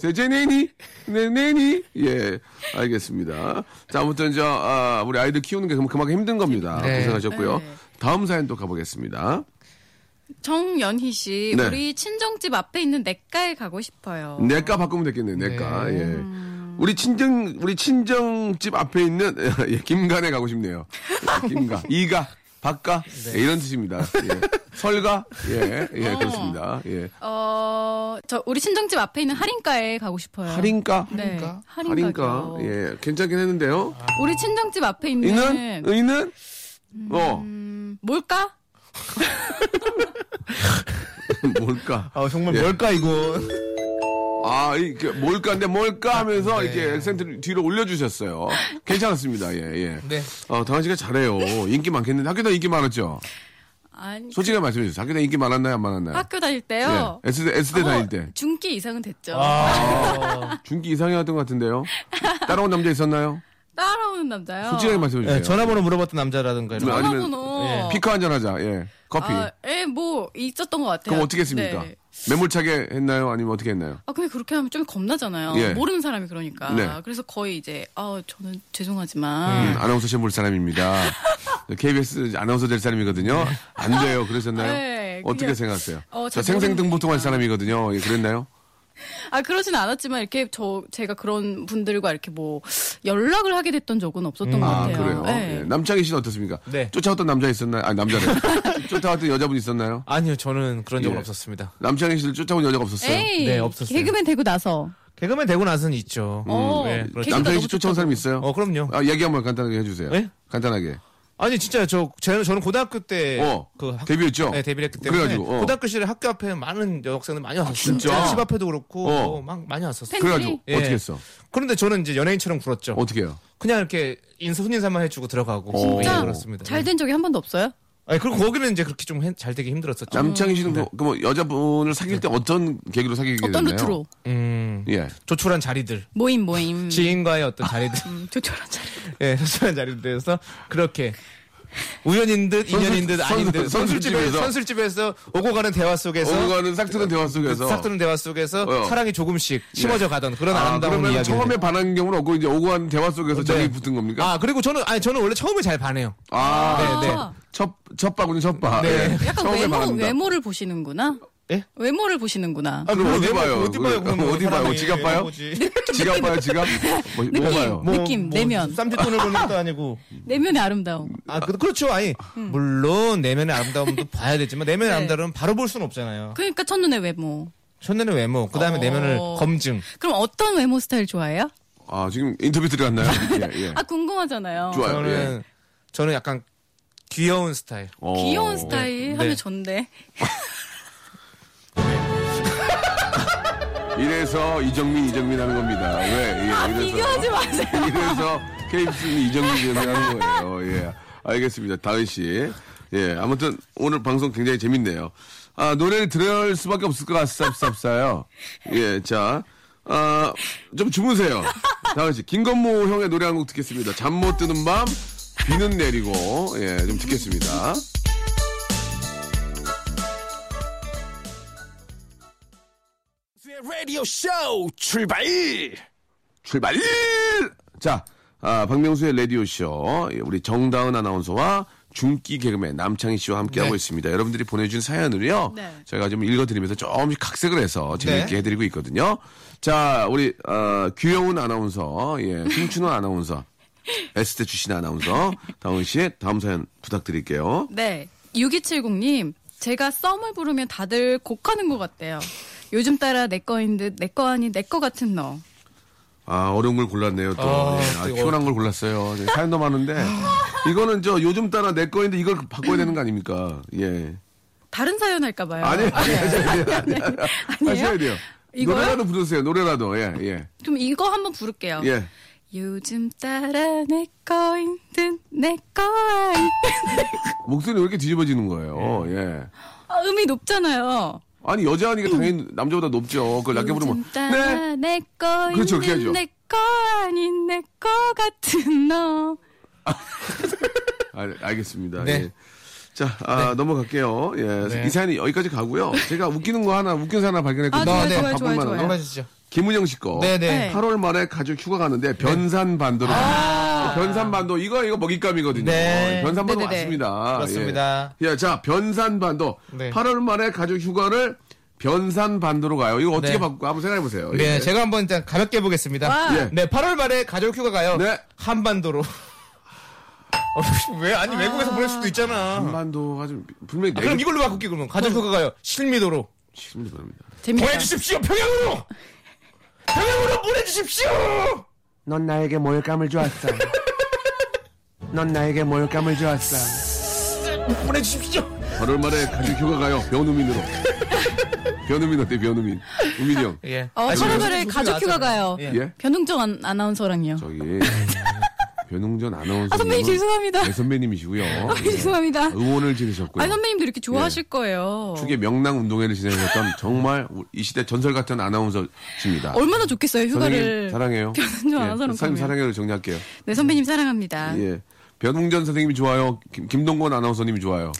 [SPEAKER 1] 셋째네니? 네네니? 예, 알겠습니다. 자, 아무튼 저, 아, 우리 아이들 키우는 게 그만- 그만큼 힘든 겁니다.
[SPEAKER 2] 네.
[SPEAKER 1] 고생하셨고요.
[SPEAKER 3] 네.
[SPEAKER 1] 다음 사연 또 가보겠습니다.
[SPEAKER 3] 정연희 씨
[SPEAKER 1] 네.
[SPEAKER 3] 우리 친정집 앞에 있는 냇가에 가고 싶어요.
[SPEAKER 1] 내가 바꾸면 되겠네요. 내가. 예. 우리 친정 우리 친정집 앞에 있는 예, 김간에 가고 싶네요. 예, 김가 이가 박가
[SPEAKER 3] 네.
[SPEAKER 1] 예, 이런 뜻입니다. 예. 설가 예예 그렇습니다. 예.
[SPEAKER 3] 어, 저 우리 친정집 앞에 있는 할인가에 가고 싶어요.
[SPEAKER 1] 할인가
[SPEAKER 3] 네.
[SPEAKER 2] 할인가?
[SPEAKER 1] 할인가
[SPEAKER 3] 할인가.
[SPEAKER 1] 예 괜찮긴 했는데요.
[SPEAKER 3] 우리 친정집 앞에
[SPEAKER 1] 이는
[SPEAKER 3] 있는
[SPEAKER 1] 의는 어
[SPEAKER 3] 네. 음, 뭘까?
[SPEAKER 1] 뭘까
[SPEAKER 2] 아 정말
[SPEAKER 1] 예.
[SPEAKER 2] 뭘까 이거.
[SPEAKER 1] 아 이게 뭘까인데 뭘까
[SPEAKER 3] 네.
[SPEAKER 1] 하면서 이렇게 액센트를 뒤로 올려주셨어요. 괜찮았습니다. 예 예.
[SPEAKER 2] 네.
[SPEAKER 1] 어 당한 씨가 잘해요. 인기 많겠는데 학교 다 인기 많았죠.
[SPEAKER 3] 아니
[SPEAKER 1] 솔직히 말씀해 주세요. 학교 다 인기 많았나요, 안 많았나요?
[SPEAKER 3] 학교 다닐
[SPEAKER 1] 예.
[SPEAKER 3] 때요.
[SPEAKER 1] S대, S대
[SPEAKER 3] 아, 어,
[SPEAKER 1] 다닐 때.
[SPEAKER 3] 중기 이상은 됐죠.
[SPEAKER 2] 아.
[SPEAKER 1] 중기 이상이었던 것 같은데요. 따라온 남자 있었나요?
[SPEAKER 3] 따라오는 남자요.
[SPEAKER 1] 솔직하게 말씀해 주세요.
[SPEAKER 2] 예, 전화번호 물어봤던 남자라든가 이런.
[SPEAKER 1] 네, 아니- 아니면-
[SPEAKER 3] 전화번호.
[SPEAKER 1] 피커 한잔 하자. 예. 커피.
[SPEAKER 3] 어. 아, 예, 뭐 있었던 것 같아요.
[SPEAKER 1] 그럼 어떻게 했습니까?
[SPEAKER 3] 네.
[SPEAKER 1] 매몰차게 했나요? 아니면 어떻게 했나요?
[SPEAKER 3] 아 근데 그렇게 하면 좀 겁나잖아요.
[SPEAKER 1] 예.
[SPEAKER 3] 모르는 사람이 그러니까.
[SPEAKER 1] 네.
[SPEAKER 3] 그래서 거의 이제 아 저는 죄송하지만
[SPEAKER 1] 음, 아나운서 시험 볼 사람입니다. 네, KBS 아나운서 될 사람이거든요. 안 돼요. 그러셨나요?
[SPEAKER 3] 네,
[SPEAKER 1] 어떻게
[SPEAKER 3] 그게-
[SPEAKER 1] 생각하세요?
[SPEAKER 3] 어,
[SPEAKER 1] 저
[SPEAKER 3] 잘
[SPEAKER 1] 생생등보통 할
[SPEAKER 3] 모르겠으니까.
[SPEAKER 1] 사람이거든요. 예, 그랬나요?
[SPEAKER 3] 아 그러진 않았지만 이렇게 저 제가 그런 분들과 이렇게 뭐 연락을 하게 됐던 적은 없었던 것
[SPEAKER 1] 아,
[SPEAKER 3] 같아요.
[SPEAKER 1] 그래요?
[SPEAKER 3] 네.
[SPEAKER 1] 예. 남창희 씨는 어떻습니까?
[SPEAKER 2] 네.
[SPEAKER 1] 쫓아왔던 남자 있었나요? 아니, 남자래. 쫓아왔던 여자분 있었나요?
[SPEAKER 2] 아니요 저는 그런 적은
[SPEAKER 1] 예.
[SPEAKER 2] 없었습니다.
[SPEAKER 1] 남창희 씨를 쫓아온 여자가 예. 없었어요.
[SPEAKER 3] 에이,
[SPEAKER 2] 네, 없었어요.
[SPEAKER 3] 개그맨 되고 나서.
[SPEAKER 2] 개그맨 되고 나서는 있죠.
[SPEAKER 3] 어,
[SPEAKER 2] 네, 그렇죠.
[SPEAKER 3] 개그가
[SPEAKER 1] 음. 남편이
[SPEAKER 3] 너무
[SPEAKER 1] 씨 쫓아온
[SPEAKER 3] 좋다고.
[SPEAKER 1] 사람 있어요?
[SPEAKER 2] 어 그럼요.
[SPEAKER 1] 아, 얘기 한번 간단하게 해주세요.
[SPEAKER 2] 네?
[SPEAKER 1] 간단하게.
[SPEAKER 2] 아니 진짜 저 저는, 저는 고등학교 때
[SPEAKER 1] 어,
[SPEAKER 2] 그 학-
[SPEAKER 1] 데뷔했죠?
[SPEAKER 2] 네, 데뷔를 했기 때문에
[SPEAKER 1] 그래가지고, 어. 아,
[SPEAKER 2] 고등학교 시절에 학교 앞에 많은 여학생들 많이 왔었어요.
[SPEAKER 1] 진짜?
[SPEAKER 2] 집 앞에도 그렇고
[SPEAKER 1] 어.
[SPEAKER 2] 뭐 막 많이 왔었어요.
[SPEAKER 3] 팬-
[SPEAKER 1] 그래가지고,
[SPEAKER 2] 예.
[SPEAKER 1] 어떻게 했어?
[SPEAKER 2] 그런데 저는 이제 연예인처럼 굴었죠.
[SPEAKER 1] 어떻게 해요?
[SPEAKER 2] 그냥 이렇게 인사 손인사만 해주고 들어가고
[SPEAKER 1] 진짜?
[SPEAKER 2] 예,
[SPEAKER 3] 진짜
[SPEAKER 2] 그렇습니다.
[SPEAKER 3] 잘 된 적이 한 번도 없어요?
[SPEAKER 2] 아니 그리고 거기는 이제 그렇게 좀 잘 되기 힘들었었죠.
[SPEAKER 1] 남창희 씨는
[SPEAKER 2] 네.
[SPEAKER 1] 그, 그 뭐, 여자분을 사귈 때 어떤 계기로 사귀게 됐나요?
[SPEAKER 3] 어떤 루트로?
[SPEAKER 2] 음,
[SPEAKER 1] 예.
[SPEAKER 2] 조촐한 자리들,
[SPEAKER 3] 모임 모임.
[SPEAKER 2] 지인과의 어떤 자리들,
[SPEAKER 3] 음, 조촐한 자리.
[SPEAKER 2] 예, 조촐한 자리들에서 그렇게 우연인 듯 인연인 듯
[SPEAKER 1] 선수-
[SPEAKER 2] 아닌 듯
[SPEAKER 1] 선수-
[SPEAKER 2] 선술집에서
[SPEAKER 1] 선술집에서.
[SPEAKER 2] 선술집에서 오고 가는 대화 속에서
[SPEAKER 1] 어그가는 싹트는 대화 속에서.
[SPEAKER 2] 싹트는 대화 속에서
[SPEAKER 1] 어.
[SPEAKER 2] 사랑이 조금씩 심어져 가던 그런
[SPEAKER 1] 아,
[SPEAKER 2] 아름다운
[SPEAKER 1] 그러면
[SPEAKER 2] 이야기.
[SPEAKER 1] 처음에 반한 경우는 없고, 이제 오고 한 대화 속에서 정이 붙은 겁니까?
[SPEAKER 2] 아 그리고 저는 아니 저는 원래 처음에 잘 반해요.
[SPEAKER 1] 아,
[SPEAKER 2] 네, 네.
[SPEAKER 3] 아,
[SPEAKER 1] 첫, 첫 바군요, 첫 바.
[SPEAKER 2] 네.
[SPEAKER 1] 예.
[SPEAKER 3] 약간
[SPEAKER 1] 처음에
[SPEAKER 3] 외모
[SPEAKER 1] 반한다.
[SPEAKER 3] 외모를 보시는구나.
[SPEAKER 2] 예?
[SPEAKER 3] 외모를 보시는구나.
[SPEAKER 1] 아, 그럼
[SPEAKER 2] 그럼
[SPEAKER 1] 어디
[SPEAKER 2] 외모-
[SPEAKER 1] 봐요?
[SPEAKER 2] 뭐, 어디 봐요?
[SPEAKER 1] 그럼
[SPEAKER 2] 그럼
[SPEAKER 1] 어디 봐요?
[SPEAKER 2] 사람이
[SPEAKER 1] 지갑 봐요?
[SPEAKER 2] 외모지.
[SPEAKER 1] 지갑 봐요, 지갑? 뭐, 뭐
[SPEAKER 3] 느낌.
[SPEAKER 1] 봐요?
[SPEAKER 3] 뭐- 느낌, 내면.
[SPEAKER 2] 쌈짓돈을 버는 것도 아니고.
[SPEAKER 3] 내면의 아름다움.
[SPEAKER 2] 아, 그, 그렇죠. 아니, 물론, 내면의 아름다움도 봐야 되지만, 내면의
[SPEAKER 3] 음. 네.
[SPEAKER 2] 아름다움은 바로 볼 수는 없잖아요.
[SPEAKER 3] 그러니까 첫눈의 외모.
[SPEAKER 2] 첫눈에 외모, 그 다음에
[SPEAKER 3] 어.
[SPEAKER 2] 내면을 검증.
[SPEAKER 3] 그럼 어떤 외모 스타일 좋아해요?
[SPEAKER 1] 아, 지금 인터뷰 들어갔나요? 예, 예.
[SPEAKER 3] 아 궁금하잖아요.
[SPEAKER 1] 좋아요. 예.
[SPEAKER 2] 저는, 저는 약간 귀여운 스타일.
[SPEAKER 1] 어.
[SPEAKER 3] 아, 귀여운 스타일
[SPEAKER 2] 네.
[SPEAKER 3] 하면 좋은데.
[SPEAKER 1] 이래서 이정민 이정민 하는 겁니다. 왜? 예,
[SPEAKER 3] 아,
[SPEAKER 1] 이래서
[SPEAKER 3] 비교하지 마세요.
[SPEAKER 1] 이래서 KBS는 이정민 이정민 하는 거예요. 예, 알겠습니다. 다은 씨. 예, 아무튼 오늘 방송 굉장히 재밌네요. 아 노래를 들어야 할 수밖에 없을 것 같습니다. 예, 자, 아, 좀 주무세요. 다은 씨, 김건모 형의 노래 한 곡 듣겠습니다. 잠 못 드는 밤, 비는 내리고, 예, 좀 듣겠습니다.
[SPEAKER 6] 라디오 쇼 출발!
[SPEAKER 1] 출발! 자, 아, 박명수의 라디오쇼. 예, 우리 정다은 아나운서와 중기 개그맨 남창희 씨와 함께하고
[SPEAKER 2] 네.
[SPEAKER 1] 있습니다. 여러분들이 보내준 사연을요.
[SPEAKER 3] 네.
[SPEAKER 1] 저희가 좀 읽어드리면서 조금씩 각색을 해서 재미있게
[SPEAKER 2] 네.
[SPEAKER 1] 해드리고 있거든요. 자, 우리, 어, 귀여운 아나운서, 예, 춤추는 아나운서, 에스테 출신 아나운서, 다은 씨의 다음 사연 부탁드릴게요.
[SPEAKER 3] 네. 6270님, 제가 썸을 부르면 다들 곡하는 것 같대요. 요즘 따라 내 거인 듯, 내 거 아닌 내 거 같은 너.
[SPEAKER 1] 아, 어려운 걸 골랐네요, 또.
[SPEAKER 2] 아,
[SPEAKER 1] 예, 아,
[SPEAKER 2] 또 이거.
[SPEAKER 1] 피곤한 걸 골랐어요. 네, 사연도 많은데.
[SPEAKER 2] 아.
[SPEAKER 1] 이거는 저 요즘 따라 내 거인데 이걸 바꿔야 되는 거 아닙니까? 예.
[SPEAKER 3] 다른 사연 할까봐요.
[SPEAKER 1] 아니, 아니, 아니, 아니, 아니,
[SPEAKER 3] 아니에요?
[SPEAKER 1] 하셔야 돼요.
[SPEAKER 3] 이거요?
[SPEAKER 1] 노래라도 부르세요, 노래라도. 예, 예.
[SPEAKER 3] 그럼 이거 한번 부를게요.
[SPEAKER 1] 예.
[SPEAKER 3] 요즘 따라 내 거인 듯, 내 거 아닌 듯.
[SPEAKER 1] 목소리 왜 이렇게 뒤집어지는 거예요? 예.
[SPEAKER 3] 아, 음이 높잖아요.
[SPEAKER 1] 아니, 여자아니까 당연히 남자보다 높죠. 그걸 어, 낮게 부르면.
[SPEAKER 3] 요즘
[SPEAKER 1] 네.
[SPEAKER 3] 따라 내 거인
[SPEAKER 1] 그렇죠, 그렇게
[SPEAKER 3] 듯,
[SPEAKER 1] 해야죠.
[SPEAKER 3] 내 거 아닌 내 거 같은 너.
[SPEAKER 1] 알, 알겠습니다.
[SPEAKER 2] 네.
[SPEAKER 1] 예. 자, 아, 넘어갈게요. 예.
[SPEAKER 2] 네.
[SPEAKER 1] 이 사연이 여기까지 가고요. 제가 웃기는 거 하나, 웃긴 사연 하나 발견했거든요.
[SPEAKER 3] 아,
[SPEAKER 2] 좋아요,
[SPEAKER 1] 네,
[SPEAKER 2] 좋아요,
[SPEAKER 1] 바쁠
[SPEAKER 3] 좋아요,
[SPEAKER 1] 만한 거.
[SPEAKER 3] 좋아요.
[SPEAKER 2] 해봐주시죠.
[SPEAKER 1] 김은영 씨 거.
[SPEAKER 2] 네네.
[SPEAKER 3] 네.
[SPEAKER 1] 8월 말에 가족 휴가 가는데 변산반도로 갑니다. 그 변산반도 이거 이거 먹잇감이거든요. 예,
[SPEAKER 2] 네.
[SPEAKER 1] 변산반도
[SPEAKER 3] 아. 네네네.
[SPEAKER 1] 맞습니다.
[SPEAKER 2] 그렇습니다.
[SPEAKER 1] 예. 야, 자 변산반도
[SPEAKER 2] 네.
[SPEAKER 1] 8월 말에 가족 휴가를 변산반도로 가요. 이거 어떻게
[SPEAKER 2] 네.
[SPEAKER 1] 바꿀까 한번 생각해 보세요.
[SPEAKER 2] 네, 제가 한번 일단 가볍게 보겠습니다.
[SPEAKER 3] 와.
[SPEAKER 1] 예.
[SPEAKER 2] 네, 8월 말에 가족 휴가 가요.
[SPEAKER 1] 네.
[SPEAKER 2] 한반도로. 어, 왜 아니 외국에서 보낼 수도 있잖아.
[SPEAKER 1] 반도가 좀 분명히
[SPEAKER 2] 아, 그럼
[SPEAKER 1] 내리
[SPEAKER 2] 이걸로 바꿀게 그러면
[SPEAKER 3] 음.
[SPEAKER 2] 가족 휴가 가요. 실미도로
[SPEAKER 1] 싫은데 그럽니다.
[SPEAKER 3] 재밌다.
[SPEAKER 2] 보내주십시오 평양으로. 평양으로 보내주십시오.
[SPEAKER 7] 넌 나에게 모욕감을 주었어. 넌 나에게 모욕감을 주었어.
[SPEAKER 2] 보내주십시오.
[SPEAKER 1] 8월 말에 가족 휴가 가요. 변우민으로. 변우민 어때? 변우민. 우민이 형.
[SPEAKER 2] 예.
[SPEAKER 3] 어,
[SPEAKER 2] 아, 지금
[SPEAKER 3] 8월 말에
[SPEAKER 2] 무슨
[SPEAKER 3] 가족 휴가 가요.
[SPEAKER 2] 나왔잖아요. 예.
[SPEAKER 1] 예?
[SPEAKER 3] 변웅정 안- 아나운서랑요.
[SPEAKER 1] 저기 변웅전 아나운서.
[SPEAKER 3] 아, 선배님 죄송합니다.
[SPEAKER 1] 네, 선배님이시고요. 예,
[SPEAKER 3] 아, 죄송합니다.
[SPEAKER 1] 의원을 지내셨고요. 네.
[SPEAKER 3] 아 선배님도 이렇게 좋아하실 거예요.
[SPEAKER 1] 축의 명랑 운동회를 진행했던 정말 이 시대 전설 같은 아나운서십니다.
[SPEAKER 3] 얼마나 좋겠어요
[SPEAKER 1] 선생님
[SPEAKER 3] 휴가를.
[SPEAKER 1] 사랑해요. 예,
[SPEAKER 3] 변웅정 아나운서랑
[SPEAKER 1] 선생님
[SPEAKER 3] 가면.
[SPEAKER 1] 사랑해요 정리할게요.
[SPEAKER 3] 네 선배님 사랑합니다.
[SPEAKER 1] 예. 변웅전 선생님이 좋아요. 김, 김동건 아나운서님이 좋아요.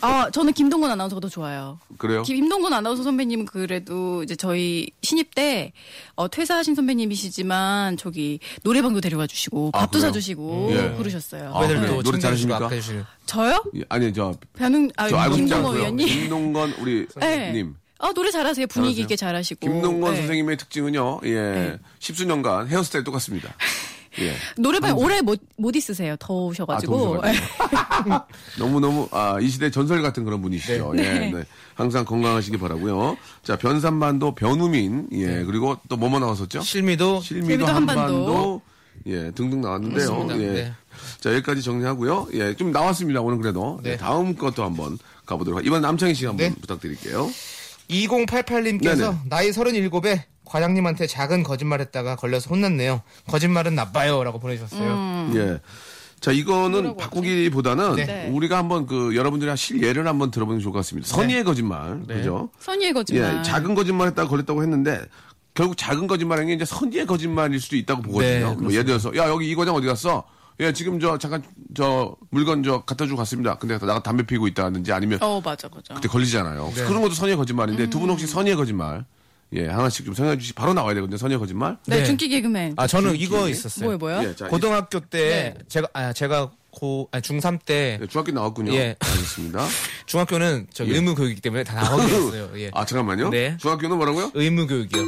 [SPEAKER 3] 아 저는 김동건 아나운서가 더 좋아요.
[SPEAKER 1] 그래요?
[SPEAKER 3] 김- 김동건 아나운서 선배님 그래도 이제 저희 신입 때 어, 퇴사하신 선배님이시지만 저기 노래방도 데려가 주시고
[SPEAKER 1] 아,
[SPEAKER 3] 밥도
[SPEAKER 1] 그래요?
[SPEAKER 3] 사주시고
[SPEAKER 1] 예.
[SPEAKER 3] 그러셨어요.
[SPEAKER 1] 아,
[SPEAKER 2] 오빠들도
[SPEAKER 1] 그래요? 노래
[SPEAKER 2] 챙겨주시고
[SPEAKER 1] 잘하십니까?
[SPEAKER 2] 아까 해주시고.
[SPEAKER 3] 저요?
[SPEAKER 1] 예, 아니 저,
[SPEAKER 3] 변웅 아
[SPEAKER 1] 저 알고 싶지
[SPEAKER 3] 김동건
[SPEAKER 1] 않고요.
[SPEAKER 3] 위원님.
[SPEAKER 1] 김동건 우리
[SPEAKER 3] 네.
[SPEAKER 1] 님.
[SPEAKER 3] 아 노래 잘하세요. 분위기 있게 잘하시고.
[SPEAKER 1] 김동건
[SPEAKER 3] 네.
[SPEAKER 1] 선생님의 특징은요. 예. 십수년간 헤어스타일 똑같습니다. 예.
[SPEAKER 3] 노래방 오래 못, 못 있으세요. 더우셔가지고.
[SPEAKER 1] 뭐-
[SPEAKER 3] 예.
[SPEAKER 1] 아, 너무너무 아, 이 시대 전설 같은 그런 분이시죠. 예, 네. 항상 건강하시기 바라고요. 자, 변산반도 변우민 예,
[SPEAKER 3] 네.
[SPEAKER 1] 그리고 또 뭐뭐 나왔었죠?
[SPEAKER 2] 실미도
[SPEAKER 1] 실미도
[SPEAKER 3] 실미도
[SPEAKER 1] 한반도.
[SPEAKER 3] 한반도.
[SPEAKER 1] 예, 등등 나왔는데요.
[SPEAKER 2] 맞습니다.
[SPEAKER 1] 예.
[SPEAKER 2] 네.
[SPEAKER 1] 자, 여기까지 정리하고요. 예, 좀 나왔습니다. 오늘 그래도.
[SPEAKER 2] 네.
[SPEAKER 1] 예, 다음 것도 한번 가보도록 하겠습니다. 이번 남창희 씨 한번
[SPEAKER 2] 네.
[SPEAKER 1] 부탁드릴게요.
[SPEAKER 2] 2088님께서
[SPEAKER 1] 네네.
[SPEAKER 2] 나이 37에 과장님한테 작은 거짓말했다가 걸려서 혼났네요. 거짓말은 나빠요라고 보내주셨어요.
[SPEAKER 3] 음.
[SPEAKER 1] 예. 자, 이거는 바꾸기보다는
[SPEAKER 2] 음. 네.
[SPEAKER 1] 우리가 한번 그 여러분들이 실예를 한번 들어보는 게 좋을 것 같습니다.
[SPEAKER 2] 네.
[SPEAKER 1] 선의의 거짓말. 그죠?
[SPEAKER 3] 선의의 거짓말.
[SPEAKER 2] 아.
[SPEAKER 1] 예, 작은 거짓말 했다가 걸렸다고 했는데 결국 작은 거짓말인 게 이제 선의의 거짓말일 수도 있다고 보거든요.
[SPEAKER 2] 네,
[SPEAKER 1] 뭐 예를 들어서 야 여기 이 과장 어디 갔어? 예, 지금 저 잠깐 저 물건 저 갖다 주고 갔습니다. 근데 나가 담배 피우고 있다든지 아니면
[SPEAKER 3] 어 맞아 맞아.
[SPEAKER 1] 그때 걸리잖아요.
[SPEAKER 2] 네.
[SPEAKER 1] 그런 것도 선의의 거짓말인데 두 분
[SPEAKER 2] 음.
[SPEAKER 1] 혹시 선의의 거짓말 예 하나씩 좀 생각해 주시 바로 나와야 되거든요. 선의의 거짓말.
[SPEAKER 3] 네,
[SPEAKER 2] 네.
[SPEAKER 3] 중기 개그맨.
[SPEAKER 2] 아 저는 이거
[SPEAKER 3] 뭐요
[SPEAKER 2] 있었어요.
[SPEAKER 3] 네. 뭐요?
[SPEAKER 1] 예, 자,
[SPEAKER 2] 고등학교 때 제가 아 제가 고 아, 중3 때
[SPEAKER 1] 이- 예, 중학교 나왔군요.
[SPEAKER 2] 예.
[SPEAKER 1] 알겠습니다.
[SPEAKER 2] 중학교는 저 의무 교육이기 때문에 다 나오게 됐어요. 예.
[SPEAKER 1] 아 잠깐만요.
[SPEAKER 2] 네.
[SPEAKER 1] 중학교는 뭐라고요?
[SPEAKER 2] 의무 교육이요.